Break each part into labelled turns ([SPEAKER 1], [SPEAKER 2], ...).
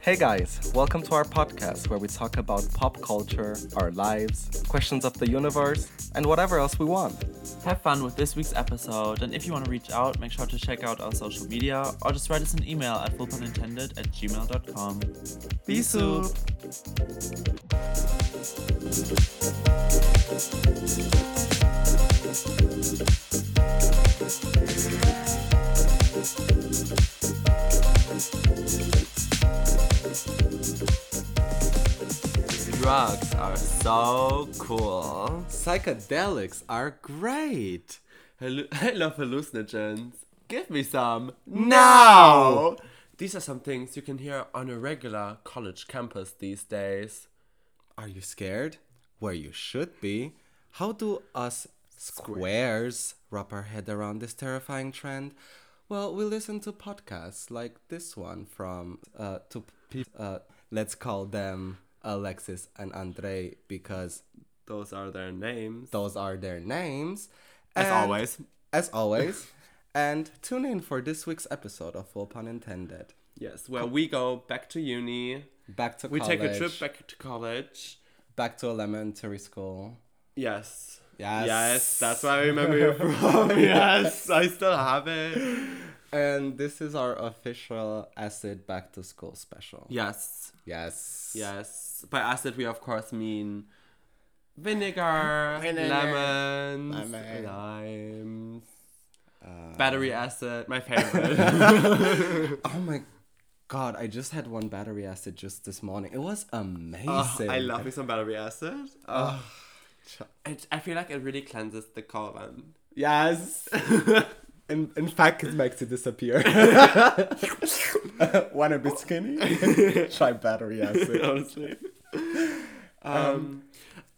[SPEAKER 1] Hey guys, welcome to our podcast where we talk about pop culture, our lives, questions of the universe, and whatever else we want.
[SPEAKER 2] Have fun with this week's episode, and if you want to reach out, make sure to check out our social media or just write us an email at fullpunintended at gmail.com.
[SPEAKER 1] Be soup!
[SPEAKER 2] Drugs are so cool.
[SPEAKER 3] Psychedelics are great. Hallu- I love hallucinogens. Give me some now. These are some things you can hear on a regular college campus these days. Are you scared? Where you should be. How do us squares wrap our head around this terrifying trend? Well, we listen to podcasts like this one from uh, two people. Uh, let's call them Alexis and Andre because
[SPEAKER 2] Those are their names.
[SPEAKER 3] those are their names.
[SPEAKER 2] As
[SPEAKER 3] And-
[SPEAKER 2] always.
[SPEAKER 3] As always. and tune in for this week's episode of Full Pun Intended.
[SPEAKER 2] Yes, where we go back to uni.
[SPEAKER 3] Back to
[SPEAKER 2] We
[SPEAKER 3] college.
[SPEAKER 2] take a trip back to college.
[SPEAKER 3] back to elementary school.
[SPEAKER 2] Yes.
[SPEAKER 3] Yes.
[SPEAKER 2] Yes, that's where I remember you from. yes, I still have it.
[SPEAKER 3] And this is our official Acid Back to School special.
[SPEAKER 2] Yes,
[SPEAKER 3] Yes.
[SPEAKER 2] yes. By acid, we of course mean vinegar,
[SPEAKER 3] Vinegar.
[SPEAKER 2] lemons,
[SPEAKER 3] Lemon.
[SPEAKER 2] limes, battery acid, my favorite.
[SPEAKER 3] Oh my god, I just had one battery acid just this morning. It was amazing.
[SPEAKER 2] Oh, I love me some battery acid. Oh. It, I feel like it really cleanses the colon.
[SPEAKER 3] Yes. in, in fact, it makes it disappear. Wanna be skinny? Try battery acid.
[SPEAKER 2] Honestly. Um,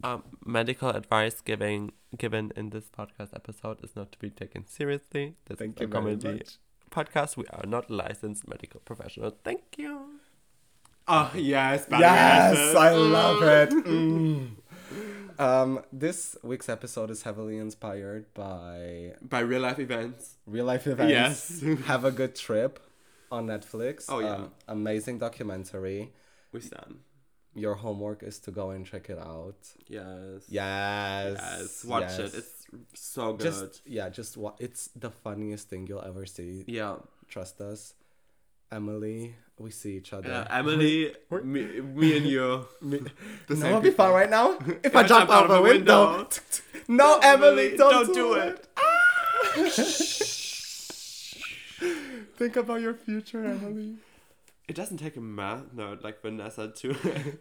[SPEAKER 2] um, medical advice giving given in this podcast episode is not to be taken seriously. This
[SPEAKER 3] Thank
[SPEAKER 2] is a
[SPEAKER 3] you very
[SPEAKER 2] comedy
[SPEAKER 3] much.
[SPEAKER 2] podcast. We are not licensed medical professionals. Thank you.
[SPEAKER 3] Oh,
[SPEAKER 2] Ah,
[SPEAKER 3] yes. Yes, I love it. Mm. Um, this week's episode is heavily inspired by
[SPEAKER 2] By real life events.
[SPEAKER 3] real life events.
[SPEAKER 2] Yes.
[SPEAKER 3] Have a good trip on Netflix. Uh,
[SPEAKER 2] Oh, yeah.
[SPEAKER 3] amazing documentary.
[SPEAKER 2] We stand.
[SPEAKER 3] Your homework is to go and check it out.
[SPEAKER 2] Yes.
[SPEAKER 3] Yes.
[SPEAKER 2] Yes. Watch
[SPEAKER 3] yes.
[SPEAKER 2] it. It's so good.
[SPEAKER 3] just yeah, just wa- it's the funniest thing you'll ever see.
[SPEAKER 2] yeah.
[SPEAKER 3] Trust us. Emily, we see each other.
[SPEAKER 2] Uh, Emily, me, me and you.
[SPEAKER 3] The
[SPEAKER 2] same
[SPEAKER 3] no, will be fun right now. If, I, jump out of the window. no, Emily, don't, do it. Ah! Think about your future, Emily.
[SPEAKER 2] It doesn't take a math nerd like Vanessa to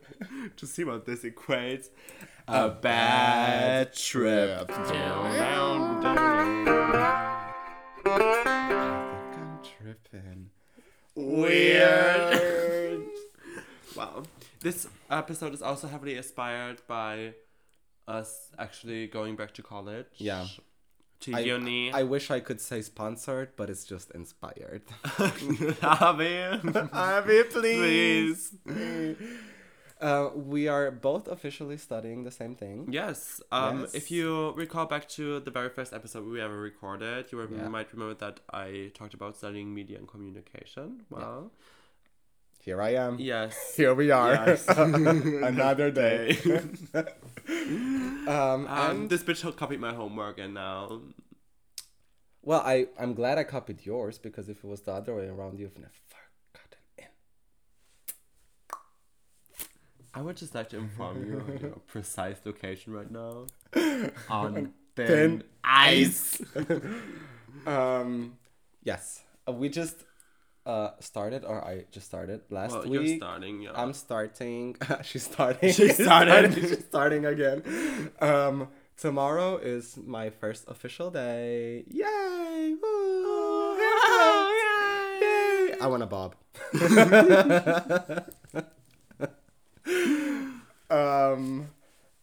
[SPEAKER 2] to see what this equates. A bad trip.
[SPEAKER 3] I'm tripping.
[SPEAKER 2] Weird. wow. This episode is also heavily inspired by us actually going back to college.
[SPEAKER 3] Yeah.
[SPEAKER 2] To
[SPEAKER 3] I,
[SPEAKER 2] uni.
[SPEAKER 3] I wish I could say sponsored, but it's just inspired.
[SPEAKER 2] Abby,
[SPEAKER 3] Abby,
[SPEAKER 2] please.
[SPEAKER 3] Uh, we are both officially studying the same thing.
[SPEAKER 2] Yes. Um,
[SPEAKER 3] Yes.
[SPEAKER 2] If you recall back to the very first episode we ever recorded, you
[SPEAKER 3] Yeah.
[SPEAKER 2] might remember that I talked about studying media and communication. Well,
[SPEAKER 3] Here I am.
[SPEAKER 2] yes.
[SPEAKER 3] Here we are.
[SPEAKER 2] Yes.
[SPEAKER 3] Another day. um,
[SPEAKER 2] Um,
[SPEAKER 3] and
[SPEAKER 2] this bitch copied my homework, and now
[SPEAKER 3] well, I I'm glad I copied yours because if it was the other way around, you've never gotten in.
[SPEAKER 2] I would just like to inform you of your precise location right now on thin,
[SPEAKER 3] Thin
[SPEAKER 2] ice.
[SPEAKER 3] Um, yes, Uh, we just uh started, or I just started last
[SPEAKER 2] Well,
[SPEAKER 3] week.
[SPEAKER 2] you're starting. Yeah.
[SPEAKER 3] I'm starting. She's starting.
[SPEAKER 2] She's starting.
[SPEAKER 3] She's starting again. Um, tomorrow is my first official day. Yay!
[SPEAKER 2] Oh,
[SPEAKER 3] Woo! Yay! I want a bob. um,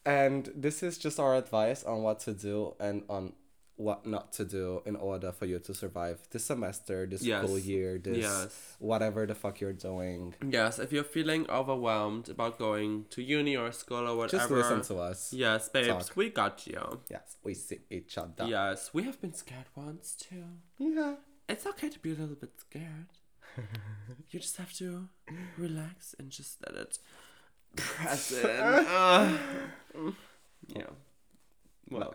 [SPEAKER 3] and this is just our advice on what to do and on what not to do in order for you to survive this semester, this
[SPEAKER 2] Yes.
[SPEAKER 3] school year, this
[SPEAKER 2] Yes.
[SPEAKER 3] whatever the fuck you're doing.
[SPEAKER 2] Yes, if you're feeling overwhelmed about going to uni or school or whatever,
[SPEAKER 3] Just listen to us.
[SPEAKER 2] Yes, babes,
[SPEAKER 3] Talk.
[SPEAKER 2] we got you.
[SPEAKER 3] Yes, we see each other.
[SPEAKER 2] Yes, we have been scared once too.
[SPEAKER 3] Yeah.
[SPEAKER 2] It's okay to be a little bit scared. you just have to relax and just let it press in. Ugh. yeah. Well,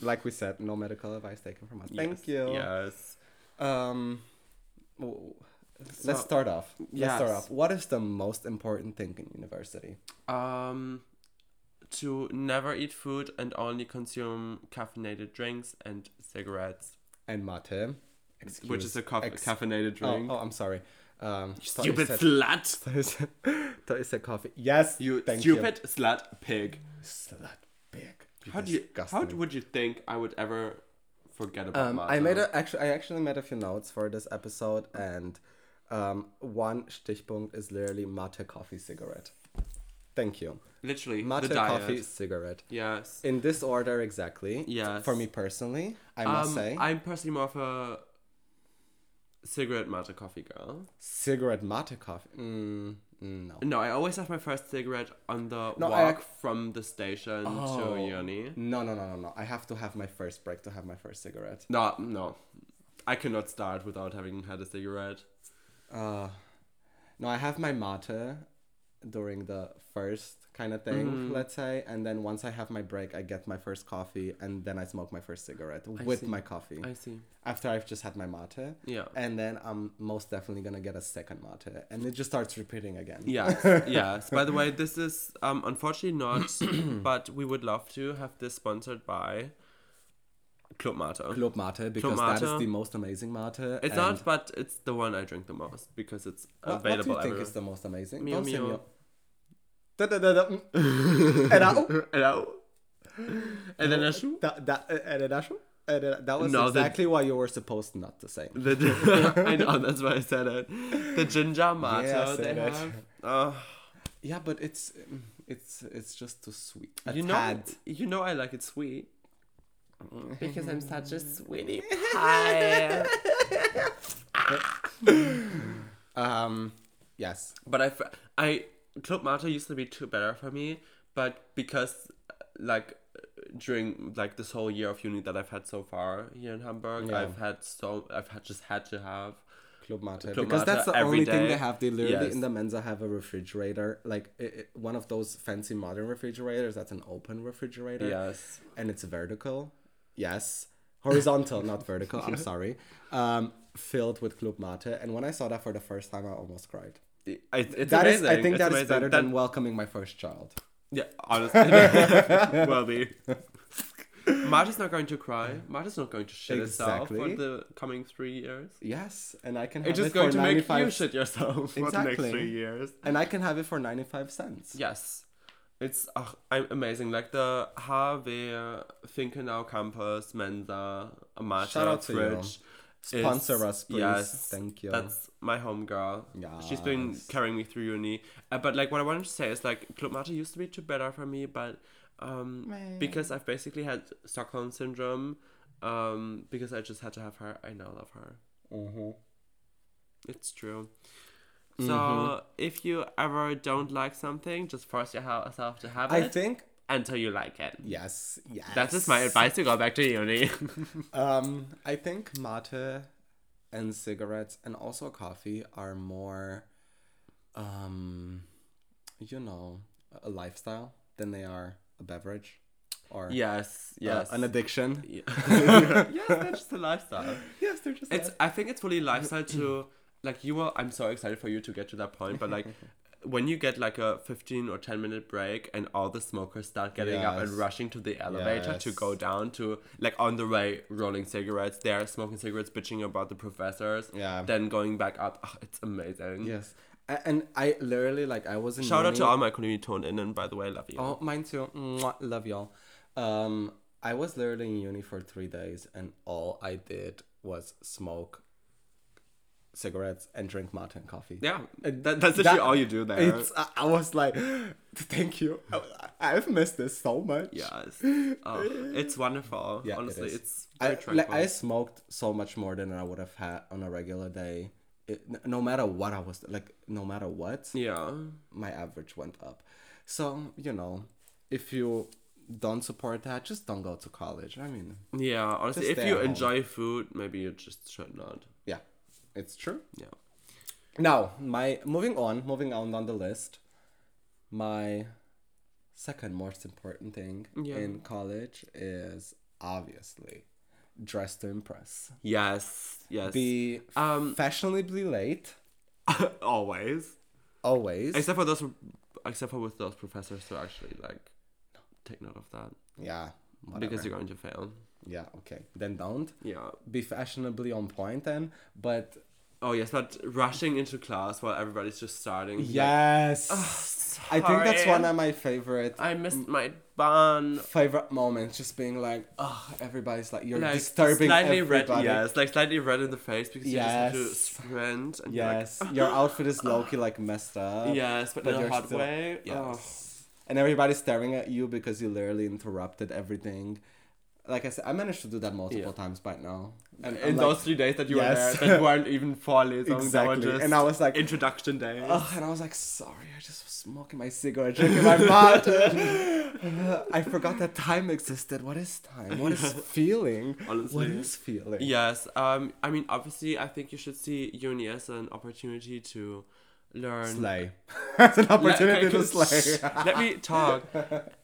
[SPEAKER 3] like we said, no medical advice taken from us.
[SPEAKER 2] yes,
[SPEAKER 3] Thank you.
[SPEAKER 2] Yes.
[SPEAKER 3] Um, w- let's
[SPEAKER 2] So-
[SPEAKER 3] start off. Let's start
[SPEAKER 2] Yes.
[SPEAKER 3] off. What is the most important thing in university?
[SPEAKER 2] Um, to never eat food and only consume caffeinated drinks and cigarettes,
[SPEAKER 3] And mate, excuse,
[SPEAKER 2] which is a coff
[SPEAKER 3] ex-
[SPEAKER 2] caffeinated
[SPEAKER 3] Oh,
[SPEAKER 2] drink.
[SPEAKER 3] oh, I'm sorry. Um, thought you
[SPEAKER 2] Stupid
[SPEAKER 3] said-
[SPEAKER 2] slut!
[SPEAKER 3] thought you said, thought you said coffee. Yes,
[SPEAKER 2] You
[SPEAKER 3] Thank
[SPEAKER 2] stupid slut pig.
[SPEAKER 3] You. Slut big.
[SPEAKER 2] How do you? How would you think I would ever forget about
[SPEAKER 3] Um,
[SPEAKER 2] Martha?
[SPEAKER 3] I made a, actually I actually made a few notes for this episode, and um, one Stichpunkt is literally mate coffee cigarette. Thank you.
[SPEAKER 2] literally the
[SPEAKER 3] Mate
[SPEAKER 2] diet.
[SPEAKER 3] coffee cigarette.
[SPEAKER 2] Yes.
[SPEAKER 3] In this order exactly.
[SPEAKER 2] Yes.
[SPEAKER 3] For me personally, I must
[SPEAKER 2] Um,
[SPEAKER 3] say
[SPEAKER 2] I'm personally more of a cigarette matcha coffee girl.
[SPEAKER 3] cigarette mate coffee. Mm, no.
[SPEAKER 2] No, I always have my first cigarette on the
[SPEAKER 3] No, I
[SPEAKER 2] walk
[SPEAKER 3] ac-
[SPEAKER 2] from the station to
[SPEAKER 3] Oh.
[SPEAKER 2] uni.
[SPEAKER 3] No, no, no, no, no. I have to have my first break to have my first cigarette.
[SPEAKER 2] No, no. I cannot start without having had a cigarette.
[SPEAKER 3] Uh, no, I have my mate during the first kind of thing,
[SPEAKER 2] Mm.
[SPEAKER 3] let's say, and then once I have my break, I get my first coffee, and then I smoke my first cigarette with
[SPEAKER 2] see.
[SPEAKER 3] my coffee
[SPEAKER 2] I see.
[SPEAKER 3] after I've just had my mate.
[SPEAKER 2] Yeah.
[SPEAKER 3] And then I'm most definitely gonna get a second mate, and it just starts repeating again.
[SPEAKER 2] Yes, yes. By the way, this is um unfortunately not, but we would love to have this sponsored by Club Mate.
[SPEAKER 3] Club Mate because that
[SPEAKER 2] Mate.
[SPEAKER 3] is the most amazing mate.
[SPEAKER 2] It's not, but it's the one I drink the most because it's
[SPEAKER 3] What, what do you
[SPEAKER 2] available
[SPEAKER 3] think
[SPEAKER 2] everywhere.
[SPEAKER 3] is the most amazing?
[SPEAKER 2] Meow
[SPEAKER 3] Don't say
[SPEAKER 2] meow.
[SPEAKER 3] meow. Da, da, da, da, mm. and I-
[SPEAKER 2] Hello? And then a shoe?
[SPEAKER 3] da, da, uh, and then I shoo- and then- that was
[SPEAKER 2] No, the-
[SPEAKER 3] exactly what you were supposed not to say.
[SPEAKER 2] The gi- I know, that's why I said it. The ginger matcha
[SPEAKER 3] Yeah, I
[SPEAKER 2] they
[SPEAKER 3] said it.
[SPEAKER 2] have. Uh,
[SPEAKER 3] Yeah, but it's mm, it's it's just too sweet. A
[SPEAKER 2] you know,
[SPEAKER 3] tad.
[SPEAKER 2] you know, I like it sweet because I'm such a sweetie pie.
[SPEAKER 3] Um, yes.
[SPEAKER 2] But I, fr- I Club Mate used to be too better for me, but because uh, like during like this whole year of uni that I've had so far here in Hamburg,
[SPEAKER 3] Yeah.
[SPEAKER 2] I've had so I've had just had to have.
[SPEAKER 3] Club Mate.
[SPEAKER 2] Club
[SPEAKER 3] because
[SPEAKER 2] Mate
[SPEAKER 3] that's the
[SPEAKER 2] every
[SPEAKER 3] only thing
[SPEAKER 2] day.
[SPEAKER 3] they have. They literally
[SPEAKER 2] Yes.
[SPEAKER 3] in the Mensa have a refrigerator, like i i one of those fancy modern refrigerators. That's an open refrigerator.
[SPEAKER 2] Yes.
[SPEAKER 3] and it's vertical. Yes, horizontal, not vertical. I'm sorry. Um, filled with club mate, and when I saw that for the first time, I almost cried.
[SPEAKER 2] It- it's
[SPEAKER 3] That is,
[SPEAKER 2] amazing.
[SPEAKER 3] I think
[SPEAKER 2] it's
[SPEAKER 3] that is
[SPEAKER 2] amazing.
[SPEAKER 3] better
[SPEAKER 2] That-
[SPEAKER 3] than welcoming my first child.
[SPEAKER 2] Yeah, honestly. well be. Marta's not going to cry. Marta's not going to shit herself
[SPEAKER 3] Exactly.
[SPEAKER 2] for the coming three years.
[SPEAKER 3] Yes, and I can have
[SPEAKER 2] It's just
[SPEAKER 3] it
[SPEAKER 2] going
[SPEAKER 3] for
[SPEAKER 2] to make
[SPEAKER 3] 95
[SPEAKER 2] you shit yourself for the next
[SPEAKER 3] Exactly.
[SPEAKER 2] three years.
[SPEAKER 3] and I can have it for ninety five cents.
[SPEAKER 2] Yes. It's ugh, I'm amazing. Like the HW Finkenau campus, Mensa, Marta,
[SPEAKER 3] Shout out to you.
[SPEAKER 2] Fridge. is-
[SPEAKER 3] Sponsor us, please.
[SPEAKER 2] Yes.
[SPEAKER 3] Thank you.
[SPEAKER 2] That's my homegirl. She's been
[SPEAKER 3] Yes.
[SPEAKER 2] carrying me through uni. Uh, but like what I wanted to say is like Club Mate used to be too better for me, but um
[SPEAKER 3] Meh.
[SPEAKER 2] because I've basically had Stockholm syndrome, um because I just had to have her, I now love her. Mm-hmm.
[SPEAKER 3] Mhm.
[SPEAKER 2] It's true. So if you ever don't like something, just force yourself to have
[SPEAKER 3] I
[SPEAKER 2] it
[SPEAKER 3] think
[SPEAKER 2] until you like it.
[SPEAKER 3] yes, yes.
[SPEAKER 2] That's just my advice to go back to uni.
[SPEAKER 3] Um, I think mate and cigarettes and also coffee are more, um, you know, a lifestyle than they are a beverage or
[SPEAKER 2] yes,
[SPEAKER 3] uh, an addiction.
[SPEAKER 2] Yeah. yes, that's just a lifestyle.
[SPEAKER 3] Yes, they're just.
[SPEAKER 2] It's. I think it's fully lifestyle to like you will. I'm so excited for you to get to that point, but like when you get like a 15 or 10 minute break and all the smokers start getting up and
[SPEAKER 3] Yes.
[SPEAKER 2] rushing to the elevator to go
[SPEAKER 3] Yes.
[SPEAKER 2] down to like on the way rolling cigarettes they're smoking cigarettes bitching about the professors
[SPEAKER 3] Yeah.
[SPEAKER 2] then going back up Ugh, it's amazing
[SPEAKER 3] yes, A- and I literally like I was in
[SPEAKER 2] shout out to
[SPEAKER 3] uni-
[SPEAKER 2] all my community tuned in and by the way I love you
[SPEAKER 3] Oh, mine too. Mwah, love y'all. Um, I was literally in uni for three days, and all I did was smoke cigarettes and drink mate and coffee.
[SPEAKER 2] yeah that, that's literally all you do there
[SPEAKER 3] Uh, It's, I, I was like, thank you. I, I've missed this so much.
[SPEAKER 2] Yes. Oh, it's wonderful.
[SPEAKER 3] Yeah, it
[SPEAKER 2] Honestly,
[SPEAKER 3] is.
[SPEAKER 2] it's
[SPEAKER 3] I,
[SPEAKER 2] very
[SPEAKER 3] like,
[SPEAKER 2] tranquil.
[SPEAKER 3] I smoked so much more than I would have had on a regular day. It, n- no matter what I was like, no matter what,
[SPEAKER 2] yeah.
[SPEAKER 3] my average went up. So, you know, if you don't support that, just don't go to college. I mean,
[SPEAKER 2] Yeah. Honestly,
[SPEAKER 3] Just
[SPEAKER 2] if
[SPEAKER 3] stay
[SPEAKER 2] you
[SPEAKER 3] at home.
[SPEAKER 2] enjoy food, maybe you just should not.
[SPEAKER 3] yeah, it's true.
[SPEAKER 2] Yeah.
[SPEAKER 3] Now, my moving on, moving on down the list, my second most important thing
[SPEAKER 2] Yeah.
[SPEAKER 3] in college is obviously dress to impress.
[SPEAKER 2] Yes, yes.
[SPEAKER 3] Be
[SPEAKER 2] Um,
[SPEAKER 3] fashionably late
[SPEAKER 2] always.
[SPEAKER 3] always.
[SPEAKER 2] Except for those, except for with those professors who actually like take note of that
[SPEAKER 3] yeah.
[SPEAKER 2] because
[SPEAKER 3] Because
[SPEAKER 2] you're going to fail.
[SPEAKER 3] yeah, okay. Then don't
[SPEAKER 2] Yeah.
[SPEAKER 3] be fashionably on point then, but
[SPEAKER 2] Oh yes, but rushing into class while everybody's just starting. like,
[SPEAKER 3] yes.
[SPEAKER 2] Ah.
[SPEAKER 3] I think that's
[SPEAKER 2] sorry.
[SPEAKER 3] one of my favorite
[SPEAKER 2] I missed my bun.
[SPEAKER 3] favorite moments just being like, oh, everybody's like you're
[SPEAKER 2] Like
[SPEAKER 3] disturbing
[SPEAKER 2] slightly red,
[SPEAKER 3] everybody.
[SPEAKER 2] yes, like slightly red in the face because you
[SPEAKER 3] Yes.
[SPEAKER 2] just have to sprint and you're
[SPEAKER 3] Yes, your outfit is low key like messed up.
[SPEAKER 2] like, yes, but,
[SPEAKER 3] But
[SPEAKER 2] in a
[SPEAKER 3] you're
[SPEAKER 2] hot
[SPEAKER 3] still-
[SPEAKER 2] way. Oh.
[SPEAKER 3] Yes. And everybody's staring at you because you literally interrupted everything. Like I said, I managed to do that multiple times by now. And I'm
[SPEAKER 2] in
[SPEAKER 3] like,
[SPEAKER 2] those three days that you
[SPEAKER 3] yes.
[SPEAKER 2] were there, that weren't even follies.
[SPEAKER 3] exactly.
[SPEAKER 2] Just
[SPEAKER 3] And I was like,
[SPEAKER 2] introduction day.
[SPEAKER 3] Ugh, and I was like, sorry, I just was smoking my cigarette, drinking my mate. I forgot that time existed. What is time? What is feeling? What
[SPEAKER 2] Honestly.
[SPEAKER 3] is feeling?
[SPEAKER 2] Yes. Um. I mean, obviously, I think you should see uni as an opportunity to learn.
[SPEAKER 3] Slay. it's an
[SPEAKER 2] Let-
[SPEAKER 3] opportunity to
[SPEAKER 2] can-
[SPEAKER 3] slay.
[SPEAKER 2] Let me talk.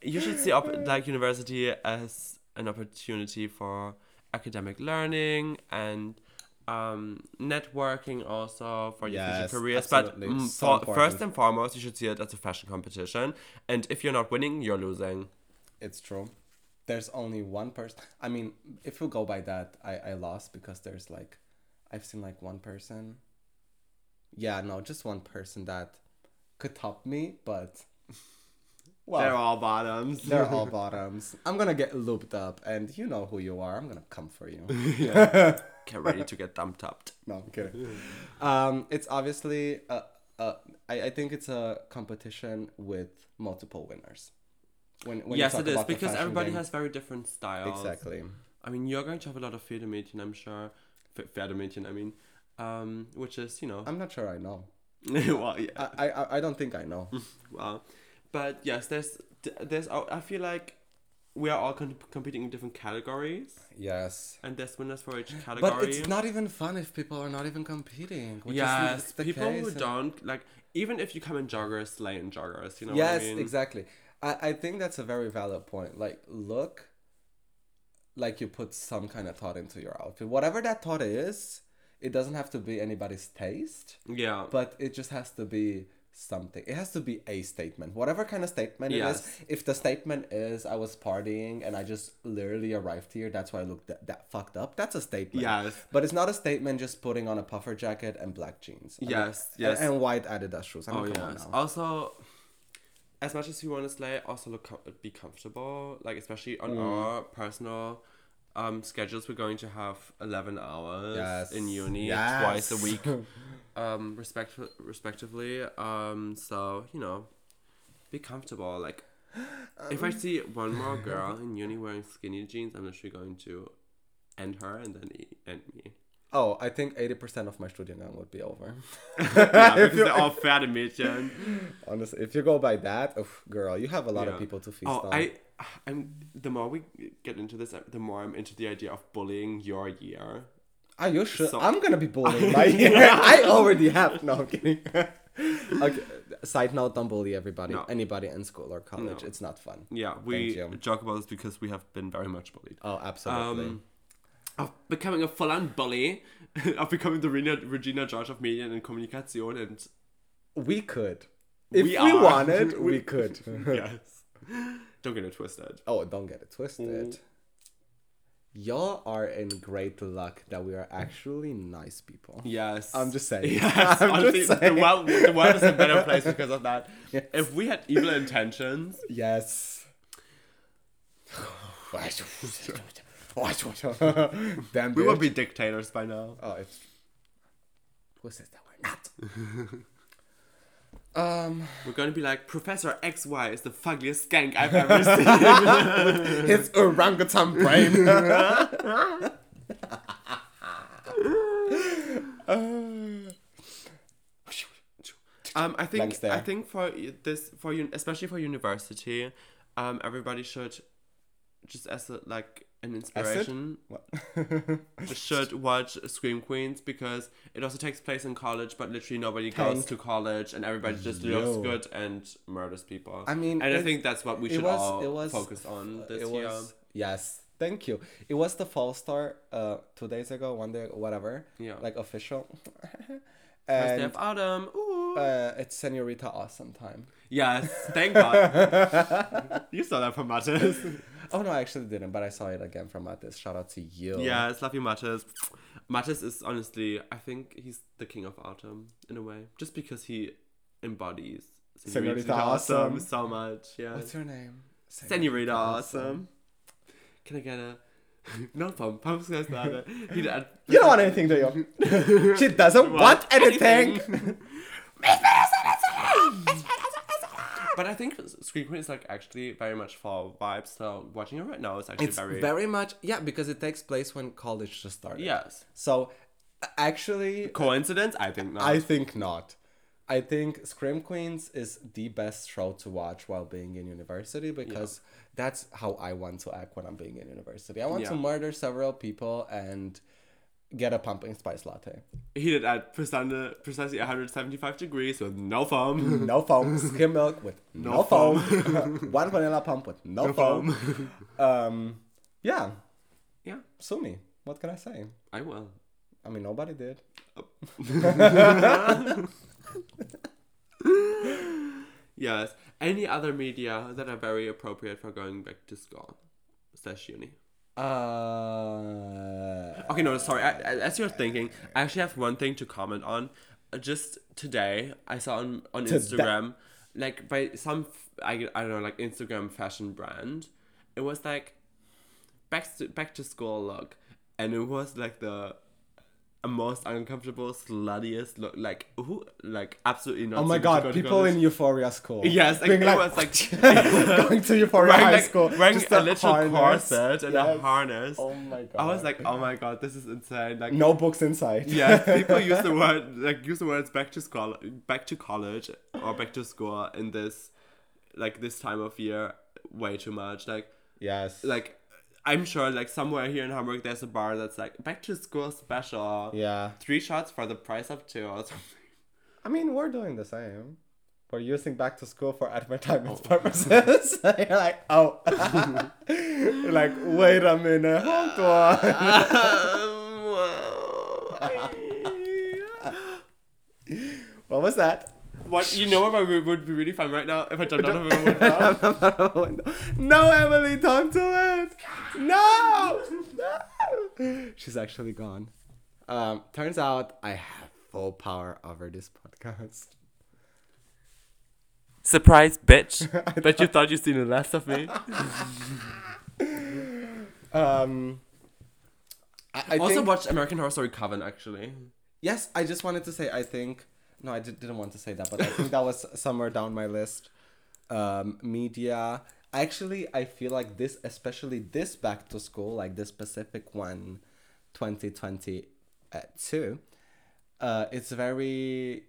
[SPEAKER 2] You should see op- like university as an opportunity for academic learning and um, networking also for your
[SPEAKER 3] Yes,
[SPEAKER 2] future careers.
[SPEAKER 3] absolutely.
[SPEAKER 2] But mm,
[SPEAKER 3] So
[SPEAKER 2] for-
[SPEAKER 3] important.
[SPEAKER 2] first and foremost, you should see it as a fashion competition. And if you're not winning, you're losing.
[SPEAKER 3] It's true. There's only one person. I mean, if we go by that, I, I lost because there's like, I've seen like one person. Yeah, no, just one person that could top me, but. Well,
[SPEAKER 2] They're all bottoms.
[SPEAKER 3] they're all bottoms. I'm gonna get looped up, and you know who you are. I'm gonna come for you.
[SPEAKER 2] Get ready to get dumped up.
[SPEAKER 3] No, I'm kidding. Um, it's obviously a, a, I, I think it's a competition with multiple winners. When, when you
[SPEAKER 2] yes,
[SPEAKER 3] talk
[SPEAKER 2] it is
[SPEAKER 3] about the
[SPEAKER 2] because
[SPEAKER 3] fashion
[SPEAKER 2] everybody
[SPEAKER 3] game.
[SPEAKER 2] has very different styles.
[SPEAKER 3] exactly.
[SPEAKER 2] I mean, you're going to have a lot of theater meeting, I'm sure. F- theater meeting, I mean, um, which is you know,
[SPEAKER 3] I'm not sure I know.
[SPEAKER 2] well, yeah,
[SPEAKER 3] I, I, I- I don't think I know.
[SPEAKER 2] well, but yes, there's there's I feel like we are all com- competing in different categories,
[SPEAKER 3] yes.
[SPEAKER 2] and there's winners for each category.
[SPEAKER 3] But it's not even fun if people are not even competing. Which
[SPEAKER 2] yes,
[SPEAKER 3] is the
[SPEAKER 2] people
[SPEAKER 3] case.
[SPEAKER 2] who
[SPEAKER 3] in-
[SPEAKER 2] don't like even if you come in joggers, slay in joggers, you know.
[SPEAKER 3] yes,
[SPEAKER 2] what I mean?
[SPEAKER 3] exactly. I, I think that's a very valid point. Like, look like you put some kind of thought into your outfit. Whatever that thought is, it doesn't have to be anybody's taste,
[SPEAKER 2] Yeah.
[SPEAKER 3] but it just has to be something. It has to be a statement. Whatever kind of statement it
[SPEAKER 2] Yes.
[SPEAKER 3] is. If the statement is, I was partying and I just literally arrived here, that's why I looked that, that fucked up, that's a statement.
[SPEAKER 2] Yes.
[SPEAKER 3] But it's not a statement just putting on a puffer jacket and black jeans. I mean,
[SPEAKER 2] Yes,
[SPEAKER 3] and-
[SPEAKER 2] yes.
[SPEAKER 3] And, white Adidas shoes. I mean,
[SPEAKER 2] Oh
[SPEAKER 3] come on
[SPEAKER 2] yes.
[SPEAKER 3] now.
[SPEAKER 2] Also, as much as we want to slay, also look com- be comfortable. Like especially on
[SPEAKER 3] Mm.
[SPEAKER 2] our personal um schedules, we're going to have eleven hours
[SPEAKER 3] Yes.
[SPEAKER 2] in uni
[SPEAKER 3] Yes.
[SPEAKER 2] twice a week, um, respect respectively. Um, so you know, be comfortable. Like if I
[SPEAKER 3] Um.
[SPEAKER 2] see one more girl in uni wearing skinny jeans, I'm literally going to end her and then e- end me.
[SPEAKER 3] Oh, I think 80% of my Studien would be over.
[SPEAKER 2] yeah, because they're all fat and Mädchen.
[SPEAKER 3] Honestly, if you go by that, oof, girl, you have a lot of
[SPEAKER 2] Yeah.
[SPEAKER 3] people to feast
[SPEAKER 2] Oh,
[SPEAKER 3] on.
[SPEAKER 2] I, I'm. The more we get into this, the more I'm into the idea of bullying your year.
[SPEAKER 3] Are you sure?
[SPEAKER 2] So-
[SPEAKER 3] I'm gonna be bullying my I already have. No, I'm kidding. okay, side note, don't bully everybody,
[SPEAKER 2] No.
[SPEAKER 3] anybody in school or college.
[SPEAKER 2] No.
[SPEAKER 3] It's not fun.
[SPEAKER 2] Yeah, we
[SPEAKER 3] Thank you.
[SPEAKER 2] joke about this because we have been very much bullied.
[SPEAKER 3] Oh, absolutely.
[SPEAKER 2] Um, of becoming a full-on bully, of becoming the Regina, Regina George of Medien and Kommunikation, and
[SPEAKER 3] we could. If we,
[SPEAKER 2] We are.
[SPEAKER 3] wanted,
[SPEAKER 2] We-
[SPEAKER 3] we could.
[SPEAKER 2] yes, don't get it twisted.
[SPEAKER 3] oh, don't get it
[SPEAKER 2] Mm.
[SPEAKER 3] twisted. Y'all are in great luck that we are actually nice people.
[SPEAKER 2] Yes,
[SPEAKER 3] I'm just saying.
[SPEAKER 2] Yes,
[SPEAKER 3] I'm
[SPEAKER 2] honestly,
[SPEAKER 3] just saying.
[SPEAKER 2] the world, the world is a better place because of that. If we had evil intentions,
[SPEAKER 3] Yes. Damn,
[SPEAKER 2] we
[SPEAKER 3] bitch.
[SPEAKER 2] would be dictators by now.
[SPEAKER 3] Oh, it's. Who says that we're not? um,
[SPEAKER 2] We're gonna be like Professor X Y is the fuggliest skank I've ever seen.
[SPEAKER 3] his orangutan brain.
[SPEAKER 2] Um, I think
[SPEAKER 3] Langs there.
[SPEAKER 2] I think for u- this for you especially for university, um, everybody should just as a, like an inspiration
[SPEAKER 3] What?
[SPEAKER 2] should watch Scream Queens because it also takes place in college, but literally nobody goes
[SPEAKER 3] Tank.
[SPEAKER 2] to college and everybody just looks
[SPEAKER 3] Yo.
[SPEAKER 2] good and murders people.
[SPEAKER 3] I mean,
[SPEAKER 2] and I
[SPEAKER 3] it-
[SPEAKER 2] think that's what we
[SPEAKER 3] it
[SPEAKER 2] should
[SPEAKER 3] was-
[SPEAKER 2] all
[SPEAKER 3] it was- uh,
[SPEAKER 2] focus on this
[SPEAKER 3] it
[SPEAKER 2] year.
[SPEAKER 3] was yes. Thank you. It was the fall star uh two days ago, one day, whatever.
[SPEAKER 2] Yeah.
[SPEAKER 3] Like official.
[SPEAKER 2] First day
[SPEAKER 3] and
[SPEAKER 2] of autumn. Ooh.
[SPEAKER 3] uh, it's Senorita Awesome time.
[SPEAKER 2] yes, thank God. you saw that from Matthias.
[SPEAKER 3] Oh no, I actually didn't, but I saw it again from Matis. Shout out to you.
[SPEAKER 2] yes, love you, Matthias. Matthias is honestly, I think he's the king of autumn in a way, just because he embodies
[SPEAKER 3] Senorita Awesome.
[SPEAKER 2] so much. Yeah.
[SPEAKER 3] What's her name?
[SPEAKER 2] Senorita Awesome. Can I get a no pump? Pump's gonna start it. He did.
[SPEAKER 3] You don't want anything, do you? she doesn't want anything.
[SPEAKER 2] But I think Scream Queen is like actually very much fall vibes. So watching it right now is actually
[SPEAKER 3] It's
[SPEAKER 2] very,
[SPEAKER 3] very much yeah, because it takes place when college just started.
[SPEAKER 2] yes.
[SPEAKER 3] So actually
[SPEAKER 2] Coincidence? I think not.
[SPEAKER 3] I think not. I think Scream Queens is the best show to watch while being in university because that's how I want to act when I'm being in university. I want to
[SPEAKER 2] Yeah.
[SPEAKER 3] murder several people and get a pumpkin spice latte.
[SPEAKER 2] heated at precisely precisely 175 degrees with no foam.
[SPEAKER 3] No foam, skim milk with no, foam, one vanilla pump with no, foam. um, yeah,
[SPEAKER 2] yeah,
[SPEAKER 3] sue me. What can I say?
[SPEAKER 2] I will.
[SPEAKER 3] I mean, nobody did.
[SPEAKER 2] Yes. Any other media that are very appropriate for going back to school slash uni?
[SPEAKER 3] Uh,
[SPEAKER 2] Okay, no, sorry. I, I- as you're thinking, I actually have one thing to comment on. Uh, Just today, I saw on, on
[SPEAKER 3] Today.
[SPEAKER 2] Instagram, like by some, f- I, I don't know, like Instagram fashion brand, it was like back to, back to school look. And it was like the most uncomfortable, sluttiest look. Like, who? Like, absolutely not.
[SPEAKER 3] oh my
[SPEAKER 2] suited to go
[SPEAKER 3] god,
[SPEAKER 2] to
[SPEAKER 3] people
[SPEAKER 2] college.
[SPEAKER 3] in Euphoria school.
[SPEAKER 2] Yes, like,
[SPEAKER 3] Being
[SPEAKER 2] it
[SPEAKER 3] like-
[SPEAKER 2] was like.
[SPEAKER 3] going to Euphoria
[SPEAKER 2] wearing,
[SPEAKER 3] High
[SPEAKER 2] like,
[SPEAKER 3] School.
[SPEAKER 2] wearing
[SPEAKER 3] just
[SPEAKER 2] a literal
[SPEAKER 3] harness.
[SPEAKER 2] corset and
[SPEAKER 3] Yes.
[SPEAKER 2] a harness.
[SPEAKER 3] Oh my god.
[SPEAKER 2] I was like, oh my god, this is insane. Like,
[SPEAKER 3] no books inside.
[SPEAKER 2] yeah, people use the word like use the words back to school, back to college, or back to school in this, like this time of year, way too much. Like,
[SPEAKER 3] yes.
[SPEAKER 2] like I'm sure like somewhere here in Hamburg, there's a bar that's like back to school special.
[SPEAKER 3] yeah.
[SPEAKER 2] Three shots for the price of two. or something.
[SPEAKER 3] I mean, we're doing the same. We're using back to school for advertisement
[SPEAKER 2] Oh.
[SPEAKER 3] purposes. You're like, oh, You're like, wait a minute, hold on. what was that?
[SPEAKER 2] what you know what would- would be really fun right now if I jumped out of a window.
[SPEAKER 3] Oh, no, Emily, don't do it. No, no. She's actually gone. Um, turns out I have full power over this podcast.
[SPEAKER 1] Surprise, bitch! Bet you thought you'd seen the last of me.
[SPEAKER 3] Um, I, I
[SPEAKER 2] also
[SPEAKER 3] think-
[SPEAKER 2] watched American Horror Story Coven actually.
[SPEAKER 3] Yes, I just wanted to say I think no, I did, didn't want to say that, but I think that was somewhere down my list. Um, media. Actually, I feel like this, especially this back to school, like this specific one, 2022, uh, it's very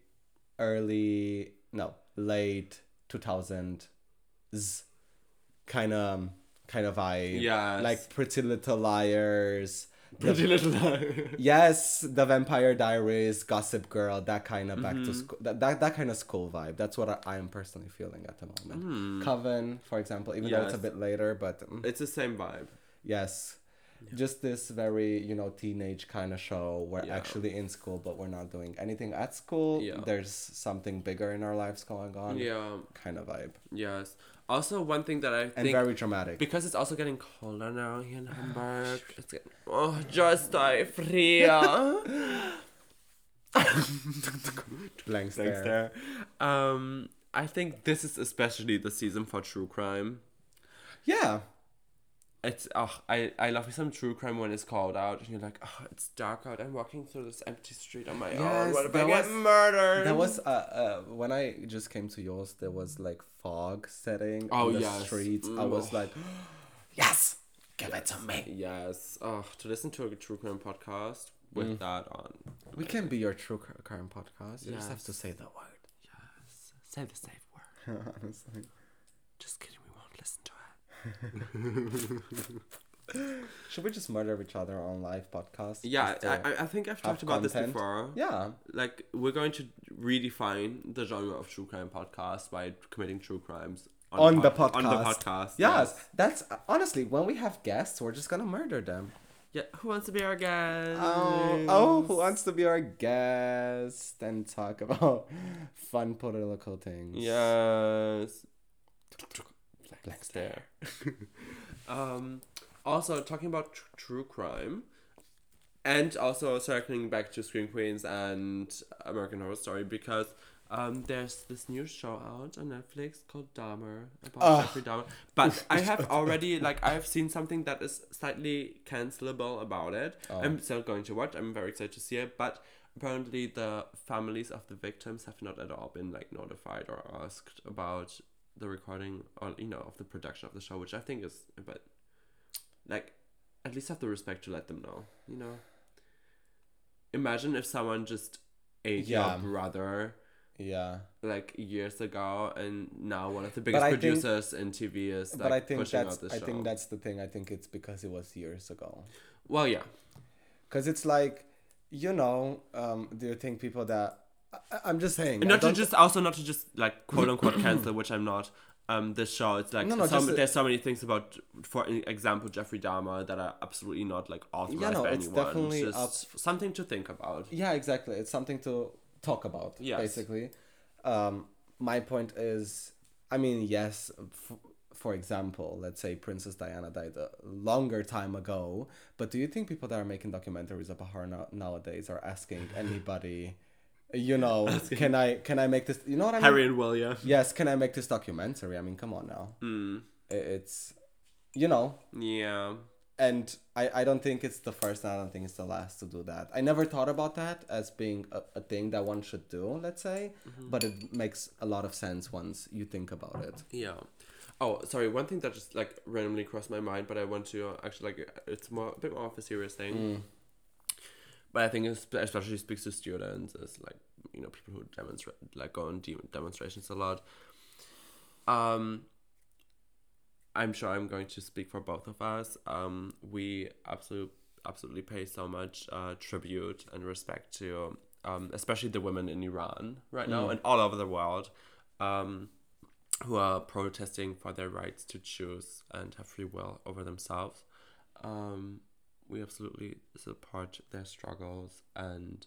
[SPEAKER 3] early, no, late 2000s kind of kind of vibe.
[SPEAKER 2] Yes.
[SPEAKER 3] Like Pretty Little Liars. the
[SPEAKER 2] Pretty Little Liars.
[SPEAKER 3] Yes, the Vampire Diaries, Gossip Girl, that kind of back
[SPEAKER 2] Mm-hmm.
[SPEAKER 3] to school, that, that that kind of school vibe. That's what I, I am personally feeling at the moment. Coven, for example, even though it's a
[SPEAKER 2] Mm. Yes.
[SPEAKER 3] bit later, but mm,
[SPEAKER 2] It's the same vibe.
[SPEAKER 3] yes, just this very you know teenage kind of show. We're
[SPEAKER 2] Yeah.
[SPEAKER 3] actually in school, but we're not doing anything at school.
[SPEAKER 2] Yeah.
[SPEAKER 3] There's something bigger in our lives going on.
[SPEAKER 2] Yeah.
[SPEAKER 3] kind of vibe
[SPEAKER 2] Yes. Also, one thing that I
[SPEAKER 3] and
[SPEAKER 2] think
[SPEAKER 3] very Oh, dramatic.
[SPEAKER 2] because it's also getting colder now here in Hamburg, it's getting oh just die früher.
[SPEAKER 3] Blank stare.
[SPEAKER 2] Thanks there. Um, I think this is especially the season for true crime.
[SPEAKER 3] Yeah,
[SPEAKER 2] It's oh, I I love me some true crime when it's cold out and you're like oh it's dark out. I'm walking through this empty street on my own.
[SPEAKER 3] Yes,
[SPEAKER 2] What if I
[SPEAKER 3] that
[SPEAKER 2] get
[SPEAKER 3] was-
[SPEAKER 2] murdered?
[SPEAKER 3] There was uh, uh when I just came to yours, there was like fog setting
[SPEAKER 2] Oh,
[SPEAKER 3] on the
[SPEAKER 2] yes.
[SPEAKER 3] streets. I
[SPEAKER 2] Mm,
[SPEAKER 3] was
[SPEAKER 2] oh.
[SPEAKER 3] like, yes, give it to me.
[SPEAKER 2] Yes. Oh, to listen to a true crime podcast with
[SPEAKER 3] Mm.
[SPEAKER 2] that on.
[SPEAKER 3] We can be your true cur- current podcast. You just have
[SPEAKER 2] Yes.
[SPEAKER 3] to say the word.
[SPEAKER 2] Say the safe word.
[SPEAKER 3] Honestly.
[SPEAKER 2] Just kidding. We won't listen to
[SPEAKER 3] Should we just murder each other on live podcast?
[SPEAKER 2] Yeah,
[SPEAKER 3] just to-
[SPEAKER 2] I, I, I think I've
[SPEAKER 3] have
[SPEAKER 2] talked about this
[SPEAKER 3] content.
[SPEAKER 2] before.
[SPEAKER 3] yeah.
[SPEAKER 2] Like, we're going to redefine the genre of true crime podcast by committing true crimes
[SPEAKER 3] On the
[SPEAKER 2] pod- On the
[SPEAKER 3] podcast.
[SPEAKER 2] podcast.
[SPEAKER 3] Yes, that's honestly when we have guests, we're just gonna murder them.
[SPEAKER 2] Yeah. Who wants to be our guest?
[SPEAKER 3] Oh, oh, who wants to be our guest and talk about fun political things?
[SPEAKER 2] Yes.
[SPEAKER 3] Black
[SPEAKER 2] There. um, also, talking about tr- true crime, and also circling back to Scream Queens and American Horror Story because um, there's this new show out on Netflix called Dahmer about
[SPEAKER 3] Ugh.
[SPEAKER 2] Jeffrey Dahmer. But I have already like I've seen something that is slightly cancelable about it.
[SPEAKER 3] Oh.
[SPEAKER 2] I'm still going to watch. I'm very excited to see it, but. Apparently, the families of the victims have not at all been like notified or asked about the recording or you know of the production of the show, which I think is a bit like at least have the respect to let them know. You know, imagine if someone just ate
[SPEAKER 3] Yeah.
[SPEAKER 2] your brother
[SPEAKER 3] Yeah,
[SPEAKER 2] like years ago, and now one of the biggest
[SPEAKER 3] I think-
[SPEAKER 2] producers in TV is like
[SPEAKER 3] but I think
[SPEAKER 2] pushing
[SPEAKER 3] that's
[SPEAKER 2] out the show.
[SPEAKER 3] I think that's the thing. I think it's because it was years ago.
[SPEAKER 2] well, yeah,
[SPEAKER 3] Cause it's like, you know, um, do you think people that I, I- I'm just saying,
[SPEAKER 2] and
[SPEAKER 3] I
[SPEAKER 2] not to
[SPEAKER 3] don't-
[SPEAKER 2] just also not to just like quote unquote cancel, which I'm not. Um, this show, it's like
[SPEAKER 3] No, no,
[SPEAKER 2] some,
[SPEAKER 3] just-
[SPEAKER 2] there's so many things about, for e-, example, Jeffrey Dahmer that are absolutely not like authorized
[SPEAKER 3] no,
[SPEAKER 2] by
[SPEAKER 3] it's
[SPEAKER 2] anyone.
[SPEAKER 3] definitely
[SPEAKER 2] just
[SPEAKER 3] up-
[SPEAKER 2] something to think about.
[SPEAKER 3] yeah, exactly. It's something to talk about.
[SPEAKER 2] Yes.
[SPEAKER 3] basically. Um, my point is, I mean, yes. F- for example, let's say Princess Diana died a longer time ago, but do you think people that are making documentaries about her no- nowadays are asking anybody, you know, can I can I make this? You know what I mean?
[SPEAKER 2] Harry and William.
[SPEAKER 3] yes, can I make this documentary? I mean, come on now.
[SPEAKER 2] Mm,
[SPEAKER 3] I- It's, you know,
[SPEAKER 2] yeah.
[SPEAKER 3] and I, I don't think it's the first and I don't think it's the last to do that. I never thought about that as being a, a thing that one should do, let's say,
[SPEAKER 2] Mm-hmm.
[SPEAKER 3] but it makes a lot of sense once you think about it.
[SPEAKER 2] Yeah. Oh, sorry. One thing that just like randomly crossed my mind, but I want to uh, actually like it's more a bit more of a serious thing.
[SPEAKER 3] Mm.
[SPEAKER 2] But I think it's, especially speaks to students as like you know people who demonstrate like go on de- demonstrations a lot. Um, I'm sure I'm going to speak for both of us. Um, we absolutely absolutely pay so much uh, tribute and respect to um, especially the women in Iran right now and all over the world. Um, who are protesting for their rights to choose and have free will over themselves. Um, we absolutely support their struggles, and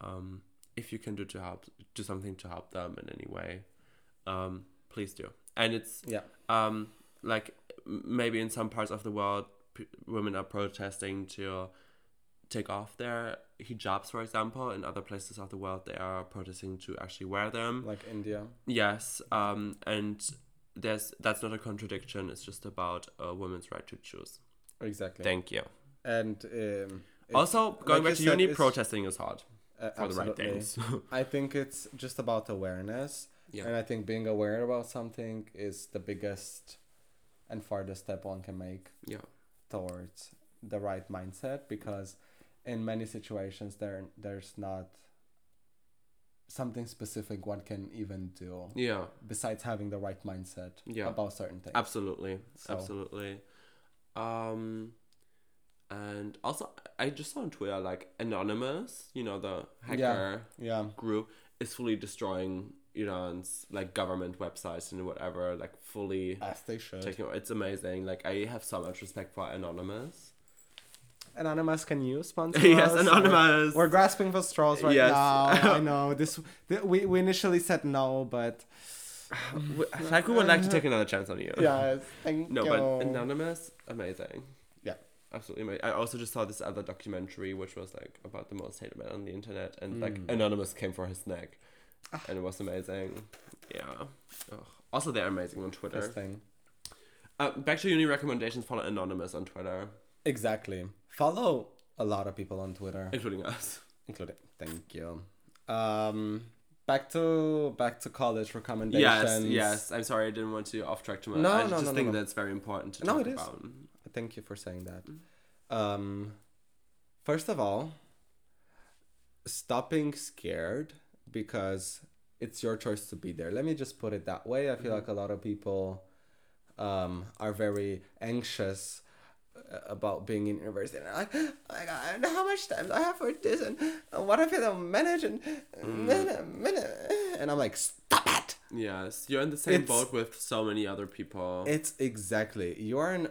[SPEAKER 2] um, if you can do to help, do something to help them in any way, um, please do. And it's
[SPEAKER 3] Yeah.
[SPEAKER 2] um, like m- maybe in some parts of the world, p- women are protesting to take off their hijabs, for example. In other places of the world, they are protesting to actually wear them.
[SPEAKER 3] Like India.
[SPEAKER 2] Yes, um, and there's that's not a contradiction. It's just about a woman's right to choose.
[SPEAKER 3] Exactly.
[SPEAKER 2] Thank you.
[SPEAKER 3] And um, it's-
[SPEAKER 2] also, going
[SPEAKER 3] like
[SPEAKER 2] back to
[SPEAKER 3] you said,
[SPEAKER 2] uni,
[SPEAKER 3] it's-
[SPEAKER 2] protesting is hard
[SPEAKER 3] uh,
[SPEAKER 2] for the
[SPEAKER 3] absolutely.
[SPEAKER 2] right things.
[SPEAKER 3] I think it's just about awareness.
[SPEAKER 2] Yeah.
[SPEAKER 3] And I think being aware about something is the biggest and farthest step one can make
[SPEAKER 2] yeah,
[SPEAKER 3] towards the right mindset because in many situations there there's not something specific one can even do
[SPEAKER 2] yeah,
[SPEAKER 3] besides having the right mindset
[SPEAKER 2] Yeah.
[SPEAKER 3] about certain things.
[SPEAKER 2] absolutely,
[SPEAKER 3] So-
[SPEAKER 2] absolutely. Um, and also, I just saw on Twitter like anonymous, you know, the hacker
[SPEAKER 3] Yeah.
[SPEAKER 2] group is fully destroying Iran's like government websites and whatever, like fully.
[SPEAKER 3] As they should.
[SPEAKER 2] taking it's amazing. Like I have so much respect for Anonymous.
[SPEAKER 3] Anonymous, can you sponsor
[SPEAKER 2] yes,
[SPEAKER 3] us?
[SPEAKER 2] Anonymous.
[SPEAKER 3] We're, we're grasping for straws right
[SPEAKER 2] Yes.
[SPEAKER 3] now. I know this. Th- we we initially said no, but
[SPEAKER 2] We- like we would like to take another chance on you.
[SPEAKER 3] yes, thank
[SPEAKER 2] No,
[SPEAKER 3] you.
[SPEAKER 2] but Anonymous, amazing.
[SPEAKER 3] Yeah.
[SPEAKER 2] Absolutely amazing. I also just saw this other documentary which was like about the most hated man on the internet and like
[SPEAKER 3] Mm.
[SPEAKER 2] Anonymous came for his neck.
[SPEAKER 3] Ah.
[SPEAKER 2] And it was amazing. Yeah. Ugh. Also they're amazing on
[SPEAKER 3] This
[SPEAKER 2] Twitter.
[SPEAKER 3] thing.
[SPEAKER 2] Uh, back to uni recommendations, follow Anonymous on Twitter,
[SPEAKER 3] Exactly. Follow a lot of people on Twitter.
[SPEAKER 2] including us.
[SPEAKER 3] included. Thank you. Um, back to back to college
[SPEAKER 2] Yes,
[SPEAKER 3] recommendations.
[SPEAKER 2] yes. I'm sorry I didn't want to off track too much.
[SPEAKER 3] No,
[SPEAKER 2] I
[SPEAKER 3] no,
[SPEAKER 2] just
[SPEAKER 3] no,
[SPEAKER 2] think
[SPEAKER 3] no, no.
[SPEAKER 2] that's very important to
[SPEAKER 3] No,
[SPEAKER 2] talk
[SPEAKER 3] it is.
[SPEAKER 2] about.
[SPEAKER 3] Thank you for saying that. Um, first of all, stop being scared because it's your choice to be there. Let me just put it that way. I feel like a lot of people um, are very anxious uh, about being in university. And I'm like, oh my god, I don't know how much time do I have for this, and uh, what if I don't manage, and and I'm like, stop it.
[SPEAKER 2] Yes, you're in the same
[SPEAKER 3] It's-
[SPEAKER 2] boat with so many other people.
[SPEAKER 3] It's exactly you're in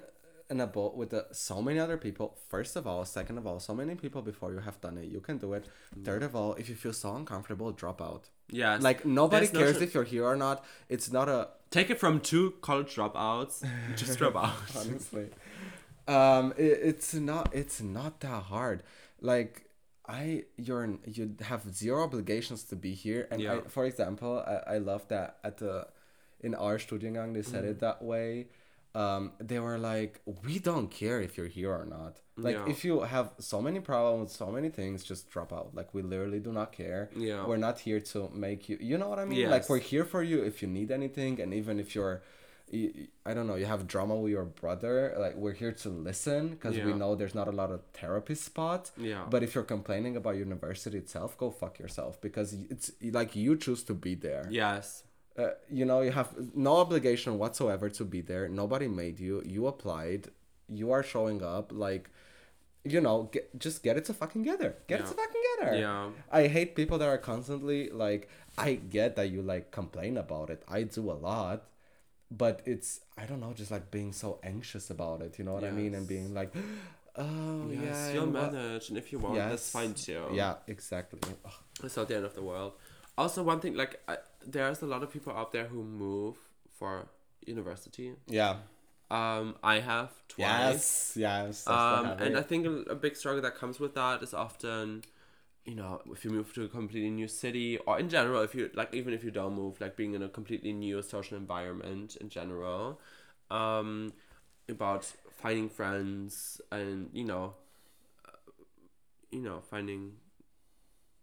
[SPEAKER 3] in a boat with uh so many other people. First of all, second of all, so many people before you have done it, you can do it. Third of all, if you feel so uncomfortable, drop out.
[SPEAKER 2] yes,
[SPEAKER 3] Like nobody
[SPEAKER 2] There's no
[SPEAKER 3] cares
[SPEAKER 2] tr-
[SPEAKER 3] if you're here or not. It's not a
[SPEAKER 2] take it from two college dropouts. Just drop out.
[SPEAKER 3] honestly. Um, i it's not it's not that hard. Like I, you're n- you have zero obligations to be here. And
[SPEAKER 2] Yeah.
[SPEAKER 3] I, for example, I, I love that at the in our Studiengang they said
[SPEAKER 2] Mm.
[SPEAKER 3] it that way. Um, they were like, we don't care if you're here or not. Like
[SPEAKER 2] Yeah.
[SPEAKER 3] if you have so many problems, so many things, just drop out. Like we literally do not care.
[SPEAKER 2] Yeah.
[SPEAKER 3] We're not here to make you. You know what I mean? Like
[SPEAKER 2] Yes.
[SPEAKER 3] we're here for you if you need anything, and even if you're, y- y- I don't know, you have drama with your brother. Like we're here to listen because we
[SPEAKER 2] Yeah.
[SPEAKER 3] know there's not a lot of therapy spots.
[SPEAKER 2] Yeah.
[SPEAKER 3] But if you're complaining about university itself, go fuck yourself because y- it's like you choose to be there.
[SPEAKER 2] Yes.
[SPEAKER 3] Uh, you know, you have no obligation whatsoever to be there. Nobody made you. You applied. You are showing up. Like, you know, get, just get it to fucking together. Get it
[SPEAKER 2] Yeah.
[SPEAKER 3] to fucking together.
[SPEAKER 2] Yeah.
[SPEAKER 3] I hate people that are constantly like, I get that you like complain about it. I do a lot. But it's, I don't know, just like being so anxious about it. You know what I mean? And
[SPEAKER 2] Yes.
[SPEAKER 3] being like, oh,
[SPEAKER 2] Yes,
[SPEAKER 3] yeah.
[SPEAKER 2] you'll
[SPEAKER 3] and what-"
[SPEAKER 2] manage, and if you want, that's fine too.
[SPEAKER 3] Yeah, exactly. Ugh.
[SPEAKER 2] it's not the end of the world. Also, one thing like I, there's a lot of people out there who move for university.
[SPEAKER 3] Yeah.
[SPEAKER 2] Um, I have twice.
[SPEAKER 3] Yes. Yes. that's
[SPEAKER 2] Um,
[SPEAKER 3] what
[SPEAKER 2] and I
[SPEAKER 3] happened.
[SPEAKER 2] think a, a big struggle that comes with that is often, you know, if you move to a completely new city or in general, if you like, even if you don't move, like being in a completely new social environment in general, um, about finding friends and you know, uh, you know, finding.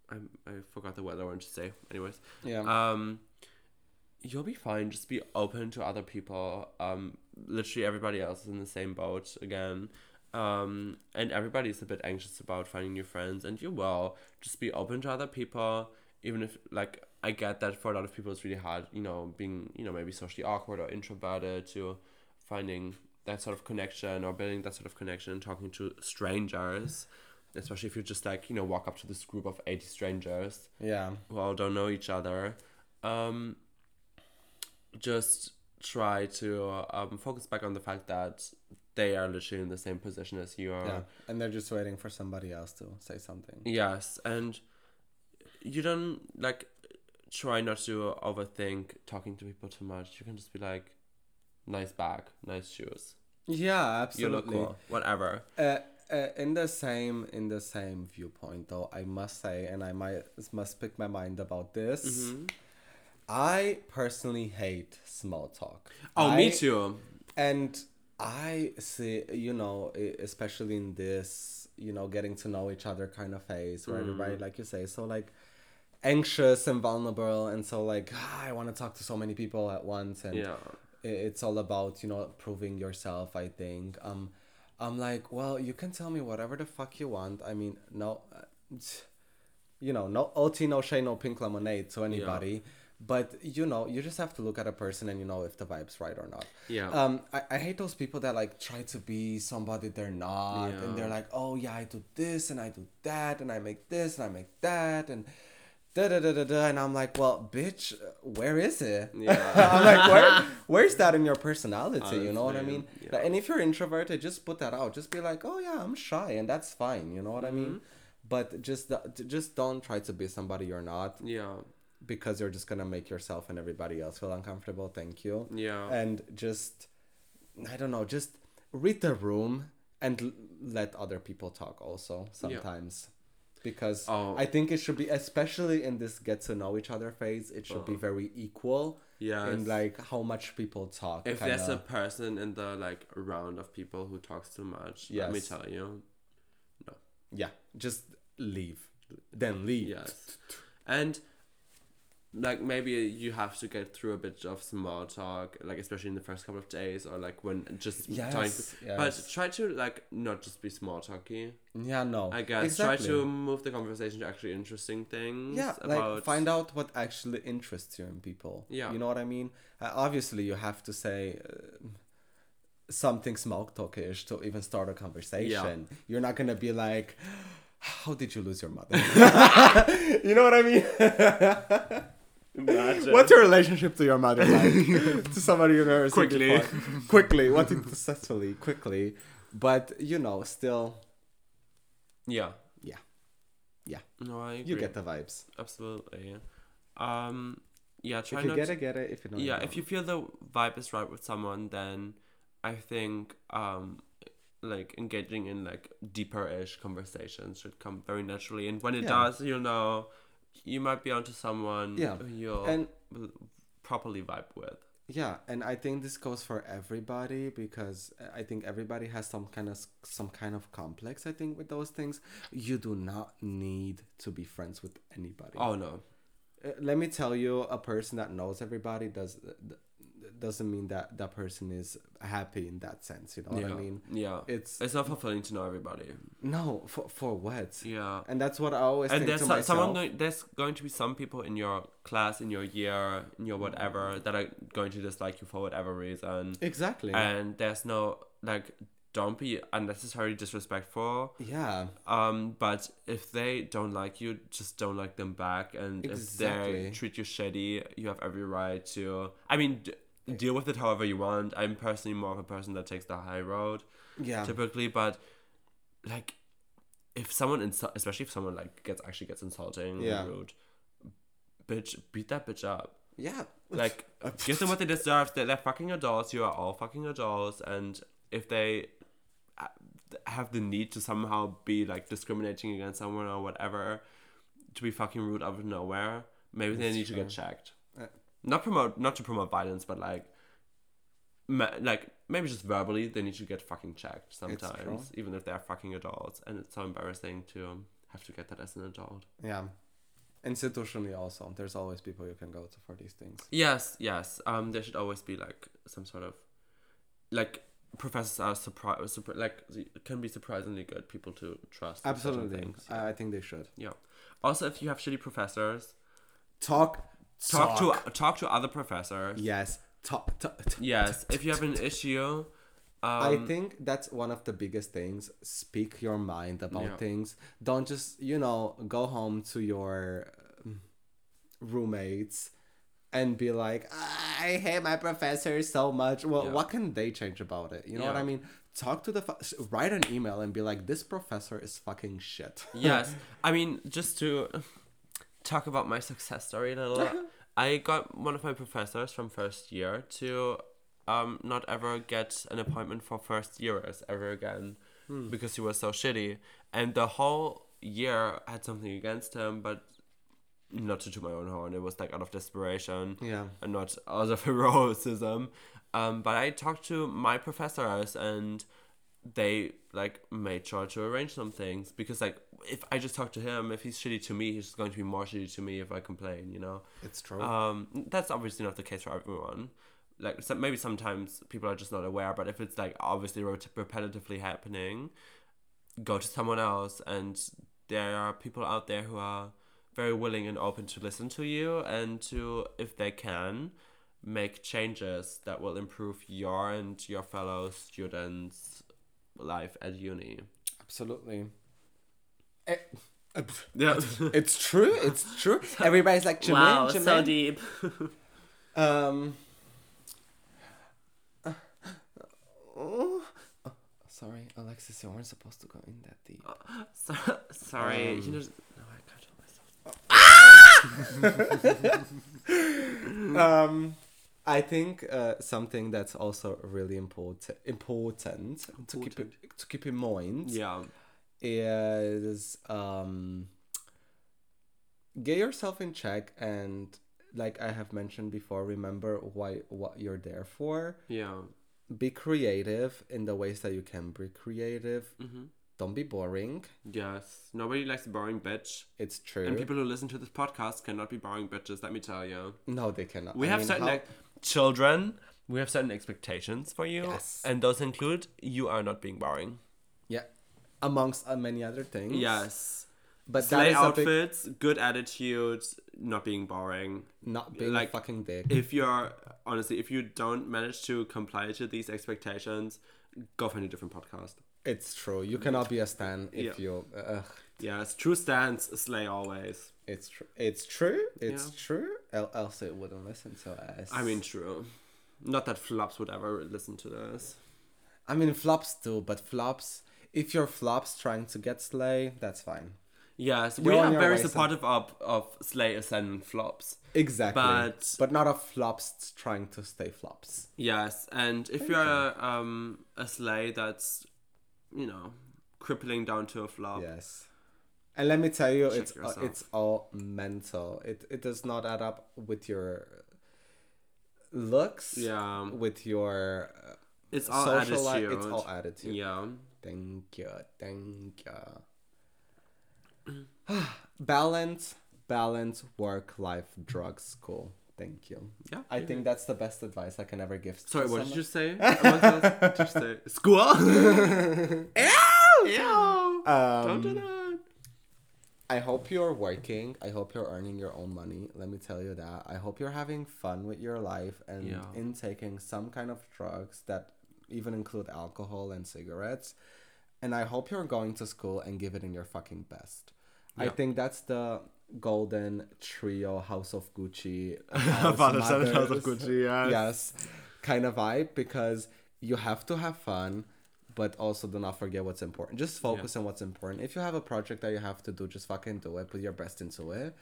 [SPEAKER 2] I I forgot the word I wanted to say. Anyways,
[SPEAKER 3] yeah.
[SPEAKER 2] um, you'll be fine. Just be open to other people. Um, literally everybody else is in the same boat again. Um, and everybody's a bit anxious about finding new friends, and you will. Just be open to other people, even if like I get that for a lot of people it's really hard. You know, being you know maybe socially awkward or introverted to finding that sort of connection or building that sort of connection and talking to strangers. Especially if you just like, you know, walk up to this group of 80 strangers
[SPEAKER 3] yeah.
[SPEAKER 2] who all don't know each other, um, just try to um, focus back on the fact that they are literally in the same position as you are.
[SPEAKER 3] Yeah. And they're just waiting for somebody else to say something.
[SPEAKER 2] Yes, and you don't like try not to overthink talking to people too much. You can just be like, nice bag, nice shoes,
[SPEAKER 3] Yeah,
[SPEAKER 2] you
[SPEAKER 3] absolutely.
[SPEAKER 2] look cool, whatever.
[SPEAKER 3] uh, uh, in the same in the same viewpoint though i must say and i might must pick my mind about this i personally hate small talk
[SPEAKER 2] Oh,
[SPEAKER 3] I-
[SPEAKER 2] me too.
[SPEAKER 3] and i see you know e- especially in this you know getting to know each other kind of phase where everybody like you say so like anxious and vulnerable and so like "Ah, i want to talk to so many people at once and
[SPEAKER 2] Yeah.
[SPEAKER 3] i- it's all about you know proving yourself i think um i'm like well you can tell me whatever the fuck you want i mean no uh, t- you know no ot no shade no pink lemonade to anybody but you know you just have to look at a person and you know if the vibe's right or not
[SPEAKER 2] Yeah.
[SPEAKER 3] um i, I hate those people that like try to be somebody they're not and they're
[SPEAKER 2] Yeah.
[SPEAKER 3] like oh yeah i do this and i do that and i make this and i make that and Da, da, da, da, da, and I'm like, well, bitch, uh, where is it?
[SPEAKER 2] Yeah.
[SPEAKER 3] I'm like, where, where's that in your personality? you know what I
[SPEAKER 2] Honestly,
[SPEAKER 3] mean?
[SPEAKER 2] yeah.
[SPEAKER 3] Like, and if you're introverted, just put that out. Just be like, oh yeah, I'm shy, and that's fine. You know what I
[SPEAKER 2] Mm-hmm.
[SPEAKER 3] mean? But just th- just don't try to be somebody you're not
[SPEAKER 2] yeah.
[SPEAKER 3] because you're just gonna make yourself and everybody else feel uncomfortable. Thank you.
[SPEAKER 2] Yeah.
[SPEAKER 3] And just, I don't know, just read the room and l- let other people talk also sometimes. Because
[SPEAKER 2] Oh.
[SPEAKER 3] I think it should be, especially in this get to know each other phase, it should be very equal
[SPEAKER 2] Oh. Yes.
[SPEAKER 3] in like how much people talk.
[SPEAKER 2] If there's a
[SPEAKER 3] kinda.
[SPEAKER 2] person in the like round of people who talks too much, let me
[SPEAKER 3] Yes.
[SPEAKER 2] tell you.
[SPEAKER 3] yeah, just leave, then leave.
[SPEAKER 2] Yes. And like maybe you have to get through a bit of small talk, like especially in the first couple of days or like when just trying to,
[SPEAKER 3] Yes,
[SPEAKER 2] but
[SPEAKER 3] yes.
[SPEAKER 2] try to like not just be small talky.
[SPEAKER 3] Yeah, no.
[SPEAKER 2] I guess try to move the conversation to actually interesting things.
[SPEAKER 3] yeah like
[SPEAKER 2] about,
[SPEAKER 3] find out what actually interests you in people
[SPEAKER 2] Yeah.
[SPEAKER 3] you know what i mean uh, obviously you have to say uh, something small talkish to even start a conversation. You're not gonna be like, "How did you lose your mother?" you know what I mean?
[SPEAKER 2] Imagine.
[SPEAKER 3] What's your relationship to your mother like? to somebody you've never seen
[SPEAKER 2] Quickly.
[SPEAKER 3] before. quickly. What did successfully? Quickly. But you know, still,
[SPEAKER 2] Yeah.
[SPEAKER 3] yeah,
[SPEAKER 2] No, I agree.
[SPEAKER 3] you get the vibes.
[SPEAKER 2] Absolutely. Um, yeah, try
[SPEAKER 3] If you
[SPEAKER 2] not
[SPEAKER 3] get
[SPEAKER 2] to-
[SPEAKER 3] it, get it. If you don't,
[SPEAKER 2] yeah,
[SPEAKER 3] don't.
[SPEAKER 2] if you feel the vibe is right with someone, then I think um like engaging in like deeper ish conversations should come very naturally. And when it
[SPEAKER 3] Yeah.
[SPEAKER 2] does, you know, you might be onto someone
[SPEAKER 3] Yeah.
[SPEAKER 2] who you'll
[SPEAKER 3] and
[SPEAKER 2] properly vibe with.
[SPEAKER 3] yeah, and I think this goes for everybody because uh, I think everybody has some kind of some kind of complex. I think with those things, you do not need to be friends with anybody.
[SPEAKER 2] Oh no.
[SPEAKER 3] Uh, let me tell you a person that knows everybody does th- doesn't mean that that person is happy in that sense you know
[SPEAKER 2] yeah.
[SPEAKER 3] what i mean
[SPEAKER 2] yeah.
[SPEAKER 3] it's
[SPEAKER 2] It's not fulfilling to know everybody.
[SPEAKER 3] no for, for what
[SPEAKER 2] Yeah.
[SPEAKER 3] and that's what i always
[SPEAKER 2] and
[SPEAKER 3] think
[SPEAKER 2] there's
[SPEAKER 3] to
[SPEAKER 2] so-
[SPEAKER 3] myself
[SPEAKER 2] someone going, there's going to be some people in your class, in your year, in your whatever that are going to dislike you for whatever reason.
[SPEAKER 3] exactly
[SPEAKER 2] and there's no like don't be unnecessarily disrespectful
[SPEAKER 3] yeah
[SPEAKER 2] um but if they don't like you just don't like them back and if
[SPEAKER 3] Exactly.
[SPEAKER 2] they treat you shitty you have every right to i mean d- deal with it however you want i'm personally more of a person that takes the high road
[SPEAKER 3] yeah
[SPEAKER 2] typically but like if someone insu- especially if someone like gets actually gets insulting
[SPEAKER 3] Yeah.
[SPEAKER 2] and rude bitch beat that bitch up
[SPEAKER 3] yeah
[SPEAKER 2] like give them what they deserve. They're, they're fucking adults. You are all fucking adults, and if they uh, have the need to somehow be like discriminating against someone or whatever, to be fucking rude out of nowhere, maybe they
[SPEAKER 3] That's
[SPEAKER 2] need to get
[SPEAKER 3] true.
[SPEAKER 2] checked.
[SPEAKER 3] Uh,
[SPEAKER 2] Not promote, not to promote violence, but like, ma- like maybe just verbally, they need to get fucking checked
[SPEAKER 3] It's true.
[SPEAKER 2] sometimes, even if they're fucking adults, and it's so embarrassing to um, have to get that as an adult.
[SPEAKER 3] yeah institutionally also there's always people you can go to for these things
[SPEAKER 2] Yes, yes. Um, there should always be like some sort of, like professors are surprise, surpri- like can be surprisingly good people to trust. in certain
[SPEAKER 3] absolutely Uh,
[SPEAKER 2] things.
[SPEAKER 3] I, I think they should
[SPEAKER 2] yeah. Also, if you have shitty professors,
[SPEAKER 3] talk
[SPEAKER 2] talk, to talk to other professors.
[SPEAKER 3] yes talk, talk, talk
[SPEAKER 2] Yes. If you have an issue, um,
[SPEAKER 3] I think that's one of the biggest things. Speak your mind about
[SPEAKER 2] Yeah.
[SPEAKER 3] things. Don't just, you know, go home to your um, roommates and be like, I hate my professor so much. Well,
[SPEAKER 2] Yeah.
[SPEAKER 3] what can they change about it? You know what
[SPEAKER 2] Yeah.
[SPEAKER 3] I mean? Talk to the, fu- s- write an email and be like, this professor is fucking shit.
[SPEAKER 2] yes. I mean, just to talk about my success story a little, I got one of my professors from first year to um, not ever get an appointment for first yearers ever again because he was so shitty. And the whole year I had something against him, but not to toot my own horn. It was like out of desperation
[SPEAKER 3] Yeah.
[SPEAKER 2] and not out of heroism. Um, but I talked to my professors and they like made sure to arrange some things because like if I just talk to him, if he's shitty to me, he's just going to be more shitty to me if I complain, you know.
[SPEAKER 3] It's true.
[SPEAKER 2] Um, that's obviously not the case for everyone. Like so maybe sometimes people are just not aware, but if it's like obviously rot- repetitively happening, go to someone else, and there are people out there who are very willing and open to listen to you and to if they can make changes that will improve your and your fellow students life at uni
[SPEAKER 3] Absolutely.
[SPEAKER 2] yeah
[SPEAKER 3] Eh, It's true. It's true. Everybody's like, Jermaine, Jermaine.
[SPEAKER 2] deep
[SPEAKER 3] Um. oh, sorry, Alexis, you weren't supposed to go in that deep.
[SPEAKER 2] so, sorry you
[SPEAKER 3] Um,
[SPEAKER 2] know no, I can't help myself.
[SPEAKER 3] Um, I think uh, something that's also really important important, to keep it, to keep in mind
[SPEAKER 2] yeah
[SPEAKER 3] is um get yourself in check and like I have mentioned before, remember why what you're there for.
[SPEAKER 2] Yeah.
[SPEAKER 3] Be creative in the ways that you can be creative.
[SPEAKER 2] Mm-hmm.
[SPEAKER 3] Don't be boring.
[SPEAKER 2] Yes. Nobody likes a boring bitch.
[SPEAKER 3] It's true.
[SPEAKER 2] And people who listen to this podcast cannot be boring bitches, let me tell you.
[SPEAKER 3] No, they cannot.
[SPEAKER 2] We
[SPEAKER 3] I
[SPEAKER 2] have
[SPEAKER 3] mean,
[SPEAKER 2] certain
[SPEAKER 3] how-
[SPEAKER 2] like, children, we have certain expectations for you.
[SPEAKER 3] Yes.
[SPEAKER 2] And those include you are not being boring.
[SPEAKER 3] yeah, amongst uh, many other things.
[SPEAKER 2] Yes.
[SPEAKER 3] But that
[SPEAKER 2] Slay
[SPEAKER 3] is a big,
[SPEAKER 2] outfits, good attitude, not being boring.
[SPEAKER 3] not being
[SPEAKER 2] like-
[SPEAKER 3] a fucking dick.
[SPEAKER 2] If you're honestly, if you don't manage to comply to these expectations, go find a different podcast.
[SPEAKER 3] It's true. You cannot be a stan if
[SPEAKER 2] Yeah.
[SPEAKER 3] you. Ugh,
[SPEAKER 2] Yes, true stance, slay always.
[SPEAKER 3] it's tr- it's true. It's
[SPEAKER 2] Yeah.
[SPEAKER 3] true. El- else it wouldn't listen to us.
[SPEAKER 2] I mean, true. Not that flops would ever listen to this.
[SPEAKER 3] I mean flops too, but flops. If you're flops trying to get slay, that's fine.
[SPEAKER 2] Yes,
[SPEAKER 3] You're
[SPEAKER 2] we
[SPEAKER 3] on
[SPEAKER 2] are
[SPEAKER 3] your
[SPEAKER 2] very
[SPEAKER 3] way, son.
[SPEAKER 2] supportive of, of slay ascendant flops.
[SPEAKER 3] Exactly.
[SPEAKER 2] But-
[SPEAKER 3] but not a flops trying to stay flops.
[SPEAKER 2] Yes, and if you're a, um, a slay that's, you know, crippling down to a flop,
[SPEAKER 3] Yes. And let me tell you,
[SPEAKER 2] Oh. Check
[SPEAKER 3] it's uh,
[SPEAKER 2] yourself.
[SPEAKER 3] it's all mental. It it does not add up with your looks.
[SPEAKER 2] yeah,
[SPEAKER 3] With your uh,
[SPEAKER 2] it's all
[SPEAKER 3] social life,
[SPEAKER 2] attitude.
[SPEAKER 3] it's all attitude.
[SPEAKER 2] yeah.
[SPEAKER 3] Thank you. Thank you. balance, balance, work, life, drugs, school. Thank you.
[SPEAKER 2] Yeah,
[SPEAKER 3] I think that's the best advice I can ever give. to
[SPEAKER 2] Sorry, what did
[SPEAKER 3] someone.
[SPEAKER 2] you say? amongst us? What did you say? School? Ew! Ew!
[SPEAKER 3] Um,
[SPEAKER 2] Don't do that.
[SPEAKER 3] I hope you're working. I hope you're earning your own money. Let me tell you that. I hope you're having fun with your life and
[SPEAKER 2] Yeah.
[SPEAKER 3] intaking some kind of drugs that even include alcohol and cigarettes. And I hope you're going to school and give it in your fucking best. I
[SPEAKER 2] Yeah.
[SPEAKER 3] think that's the golden trio House of Gucci. House
[SPEAKER 2] Father, son, and house of
[SPEAKER 3] Mothers
[SPEAKER 2] Gucci, yes.
[SPEAKER 3] yes kind of vibe because you have to have fun but also do not forget what's important just focus on what's important if you have a project that you have to do just fucking do it put your best into it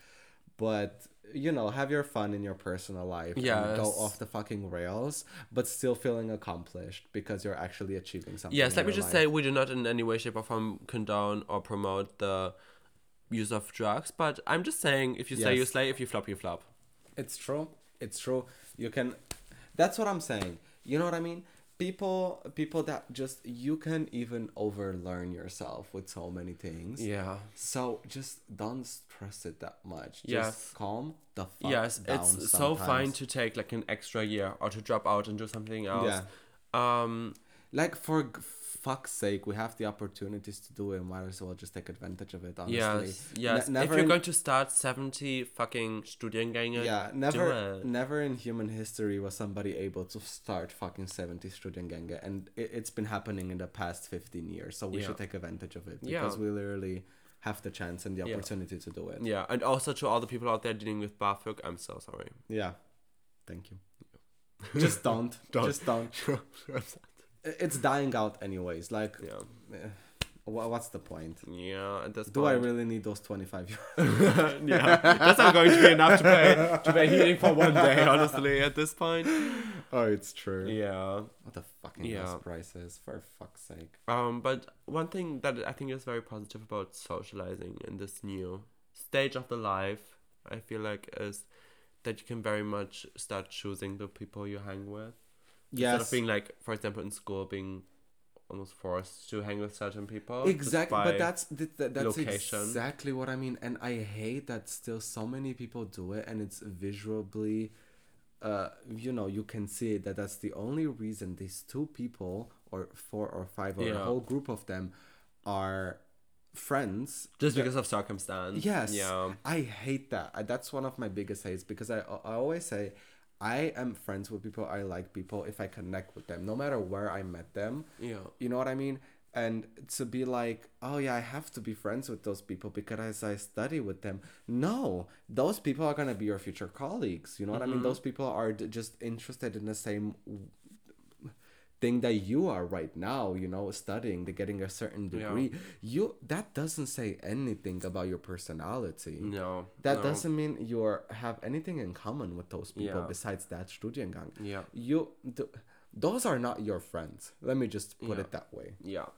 [SPEAKER 3] but you know have your fun in your personal life and go
[SPEAKER 2] Yes.
[SPEAKER 3] off the fucking rails but still feeling accomplished because you're actually achieving something
[SPEAKER 2] Yes,
[SPEAKER 3] in
[SPEAKER 2] let me
[SPEAKER 3] your
[SPEAKER 2] just
[SPEAKER 3] life.
[SPEAKER 2] say we do not in any way, shape, or form condone or promote the use of drugs, but I'm just saying if you slay, you
[SPEAKER 3] Yes.
[SPEAKER 2] slay, if you flop, you flop.
[SPEAKER 3] It's true. It's true. You can. That's what I'm saying. You know what I mean? People, people that just you can even overlearn yourself with so many things.
[SPEAKER 2] Yeah.
[SPEAKER 3] So just don't stress it that much. Just
[SPEAKER 2] Yes.
[SPEAKER 3] calm the fuck
[SPEAKER 2] yes,
[SPEAKER 3] down.
[SPEAKER 2] it's so
[SPEAKER 3] sometimes.
[SPEAKER 2] fine to take like an extra year or to drop out and do something else.
[SPEAKER 3] Yeah.
[SPEAKER 2] Um
[SPEAKER 3] Like for g- fuck's sake, we have the opportunities to do it. and Might as well just take advantage of it. Honestly.
[SPEAKER 2] yes,
[SPEAKER 3] Ne-
[SPEAKER 2] yes. if
[SPEAKER 3] never
[SPEAKER 2] you're
[SPEAKER 3] in-
[SPEAKER 2] going to start 70 fucking Studiengänge,
[SPEAKER 3] yeah,
[SPEAKER 2] do
[SPEAKER 3] never,
[SPEAKER 2] it.
[SPEAKER 3] never in human history was somebody able to start fucking 70 Studiengänge, and it, it's been happening in the past 15 years. So we
[SPEAKER 2] Yeah.
[SPEAKER 3] should take advantage of it
[SPEAKER 2] Yeah.
[SPEAKER 3] because we literally have the chance and the
[SPEAKER 2] Yeah.
[SPEAKER 3] opportunity to do it.
[SPEAKER 2] Yeah, and also to all the people out there dealing with BAföG, I'm so sorry.
[SPEAKER 3] Yeah, thank you. Just don't,
[SPEAKER 2] Don't.
[SPEAKER 3] just don't. I- It's dying out anyways. Like,
[SPEAKER 2] yeah,
[SPEAKER 3] eh, wha- what's the point?
[SPEAKER 2] yeah. At this
[SPEAKER 3] Do I
[SPEAKER 2] point,
[SPEAKER 3] really need those 25 euros?
[SPEAKER 2] yeah, that's not going to be enough to pay to pay heating for one day. Honestly, at this point,
[SPEAKER 3] Oh, it's true.
[SPEAKER 2] yeah.
[SPEAKER 3] What the fucking
[SPEAKER 2] Yeah.
[SPEAKER 3] house prices? For fuck's sake.
[SPEAKER 2] Um, but one thing that I think is very positive about socializing in this new stage of the life, I feel like, is that you can very much start choosing the people you hang with. Instead
[SPEAKER 3] Yes.
[SPEAKER 2] of being like, for example, in school, being almost forced to hang with certain people. just
[SPEAKER 3] exactly
[SPEAKER 2] by-
[SPEAKER 3] but that's th- th- that's
[SPEAKER 2] location.
[SPEAKER 3] exactly what i mean and i hate that still so many people do it and it's visually uh you know you can see it, that that's the only reason these two people or four or five or a
[SPEAKER 2] Yeah.
[SPEAKER 3] whole group of them are friends
[SPEAKER 2] just because of circumstance.
[SPEAKER 3] Yes.
[SPEAKER 2] Yeah.
[SPEAKER 3] I hate that. I, that's one of my biggest hates because I, I always say I am friends with people. I like people if I connect with them, no matter where I met them.
[SPEAKER 2] Yeah.
[SPEAKER 3] You know what I mean? And to be like, oh yeah, I have to be friends with those people because I study with them. No, those people are gonna be your future colleagues. You know what I mean? Those people are d- just interested in the same w- thing that you are right now you know studying to getting a certain
[SPEAKER 2] Yeah.
[SPEAKER 3] degree you that doesn't say anything about your personality
[SPEAKER 2] No.
[SPEAKER 3] that
[SPEAKER 2] no.
[SPEAKER 3] doesn't mean you are have anything in common with those people
[SPEAKER 2] Yeah.
[SPEAKER 3] besides that studiengang
[SPEAKER 2] Yeah.
[SPEAKER 3] you th- those are not your friends let me just put
[SPEAKER 2] Yeah.
[SPEAKER 3] it that way
[SPEAKER 2] Yeah.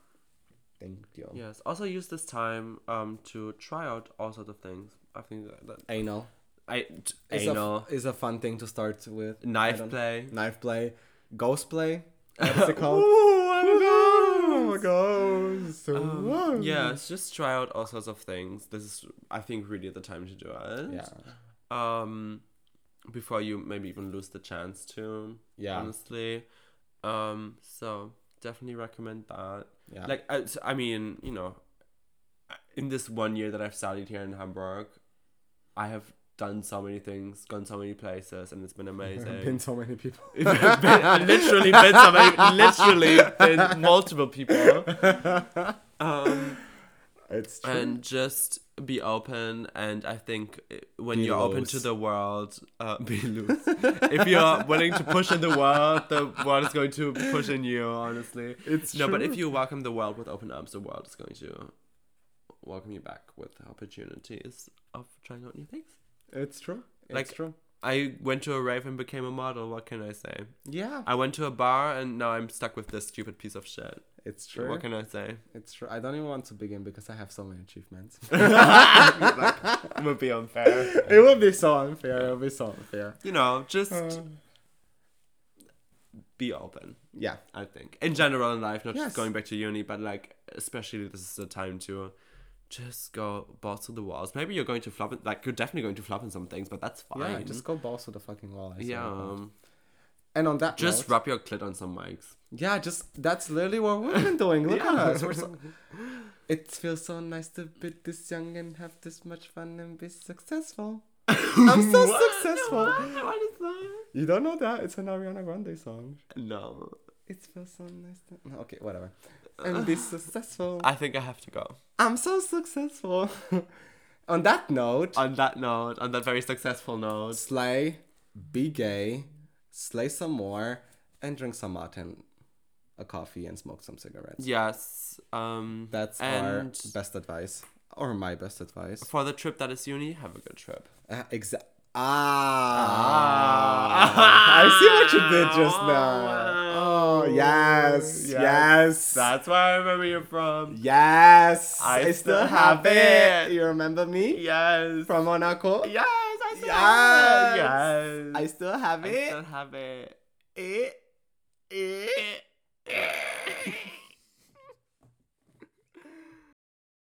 [SPEAKER 3] thank you
[SPEAKER 2] Yes. Also use this time um to try out all sorts of things. I think that, that
[SPEAKER 3] anal
[SPEAKER 2] I t-
[SPEAKER 3] is a,
[SPEAKER 2] anal
[SPEAKER 3] f- is a fun thing to start with I
[SPEAKER 2] knife
[SPEAKER 3] don't-
[SPEAKER 2] play.
[SPEAKER 3] knife play ghost play what's it called
[SPEAKER 2] Oh my
[SPEAKER 3] ghost
[SPEAKER 2] Um, yes, just try out all sorts of things. This is, I think, really the time to do it.
[SPEAKER 3] yeah
[SPEAKER 2] Um, before you maybe even lose the chance to.
[SPEAKER 3] Yeah.
[SPEAKER 2] Honestly, um, so definitely recommend that.
[SPEAKER 3] yeah
[SPEAKER 2] Like, I, so, I mean, you know, I- in this one year that I've studied here in Hamburg, I have done so many things, gone so many places, and it's been amazing.
[SPEAKER 3] Been so many people.
[SPEAKER 2] Been- literally been so many, literally been multiple people. Um,
[SPEAKER 3] It's true.
[SPEAKER 2] and just be open and i think uh, when
[SPEAKER 3] Be
[SPEAKER 2] you're open
[SPEAKER 3] loose.
[SPEAKER 2] to the world uh, be loose if you're willing to push in the world the world is going to push in you honestly
[SPEAKER 3] it's
[SPEAKER 2] no but
[SPEAKER 3] true.
[SPEAKER 2] if you welcome the world with open arms the world is going to welcome you back with opportunities of trying out new things
[SPEAKER 3] it's true. It's
[SPEAKER 2] Like-
[SPEAKER 3] true.
[SPEAKER 2] i went to a rave and became a model what can i say
[SPEAKER 3] Yeah,
[SPEAKER 2] i went to a bar and now i'm stuck with this stupid piece of shit
[SPEAKER 3] it's true.
[SPEAKER 2] what can i say
[SPEAKER 3] It's true. I don't even want to begin because I have so many achievements.
[SPEAKER 2] it would be unfair
[SPEAKER 3] it would be so unfair. It would be so unfair.
[SPEAKER 2] you know just
[SPEAKER 3] Um,
[SPEAKER 2] be open
[SPEAKER 3] Yeah.
[SPEAKER 2] I think in general in life, not
[SPEAKER 3] Yes.
[SPEAKER 2] just going back to uni, but like especially this is the time to just go balls to the walls. Maybe you're going to flop, in, like you're definitely going to flop in some things, but that's fine.
[SPEAKER 3] Yeah, just go balls to the fucking wall. I swear to
[SPEAKER 2] yeah,
[SPEAKER 3] God.
[SPEAKER 2] um,
[SPEAKER 3] And on that
[SPEAKER 2] just
[SPEAKER 3] note,
[SPEAKER 2] rub your clit on some mics.
[SPEAKER 3] Yeah, just that's literally what we've been doing. Look at us. We're so, it feels so nice to be this young and have this much fun and be successful. I'm so successful.
[SPEAKER 2] What is that?
[SPEAKER 3] You don't know that? It's an Ariana Grande song.
[SPEAKER 2] No,
[SPEAKER 3] It feels so nice to. no, Okay, whatever. And be successful.
[SPEAKER 2] I think I have to go.
[SPEAKER 3] I'm so successful. On that note,
[SPEAKER 2] On that note, on that very successful note,
[SPEAKER 3] slay, be gay, slay some more, and drink some Martin, a coffee, and smoke some cigarettes.
[SPEAKER 2] yes. Um,
[SPEAKER 3] That's
[SPEAKER 2] and
[SPEAKER 3] our best advice, or my best advice.
[SPEAKER 2] for the trip that is uni. Have a good trip.
[SPEAKER 3] Uh, exa- ah, I see what you did just now. Oh yes, yes, yes.
[SPEAKER 2] That's where I remember you from.
[SPEAKER 3] I,
[SPEAKER 2] I
[SPEAKER 3] still,
[SPEAKER 2] still
[SPEAKER 3] have
[SPEAKER 2] have
[SPEAKER 3] it.
[SPEAKER 2] it.
[SPEAKER 3] You remember me
[SPEAKER 2] Yes.
[SPEAKER 3] from Monaco?
[SPEAKER 2] Yes, I still
[SPEAKER 3] Yes.
[SPEAKER 2] have it. Yes.
[SPEAKER 3] I still have
[SPEAKER 2] I
[SPEAKER 3] it. Eh,
[SPEAKER 2] still have it.
[SPEAKER 3] it. It.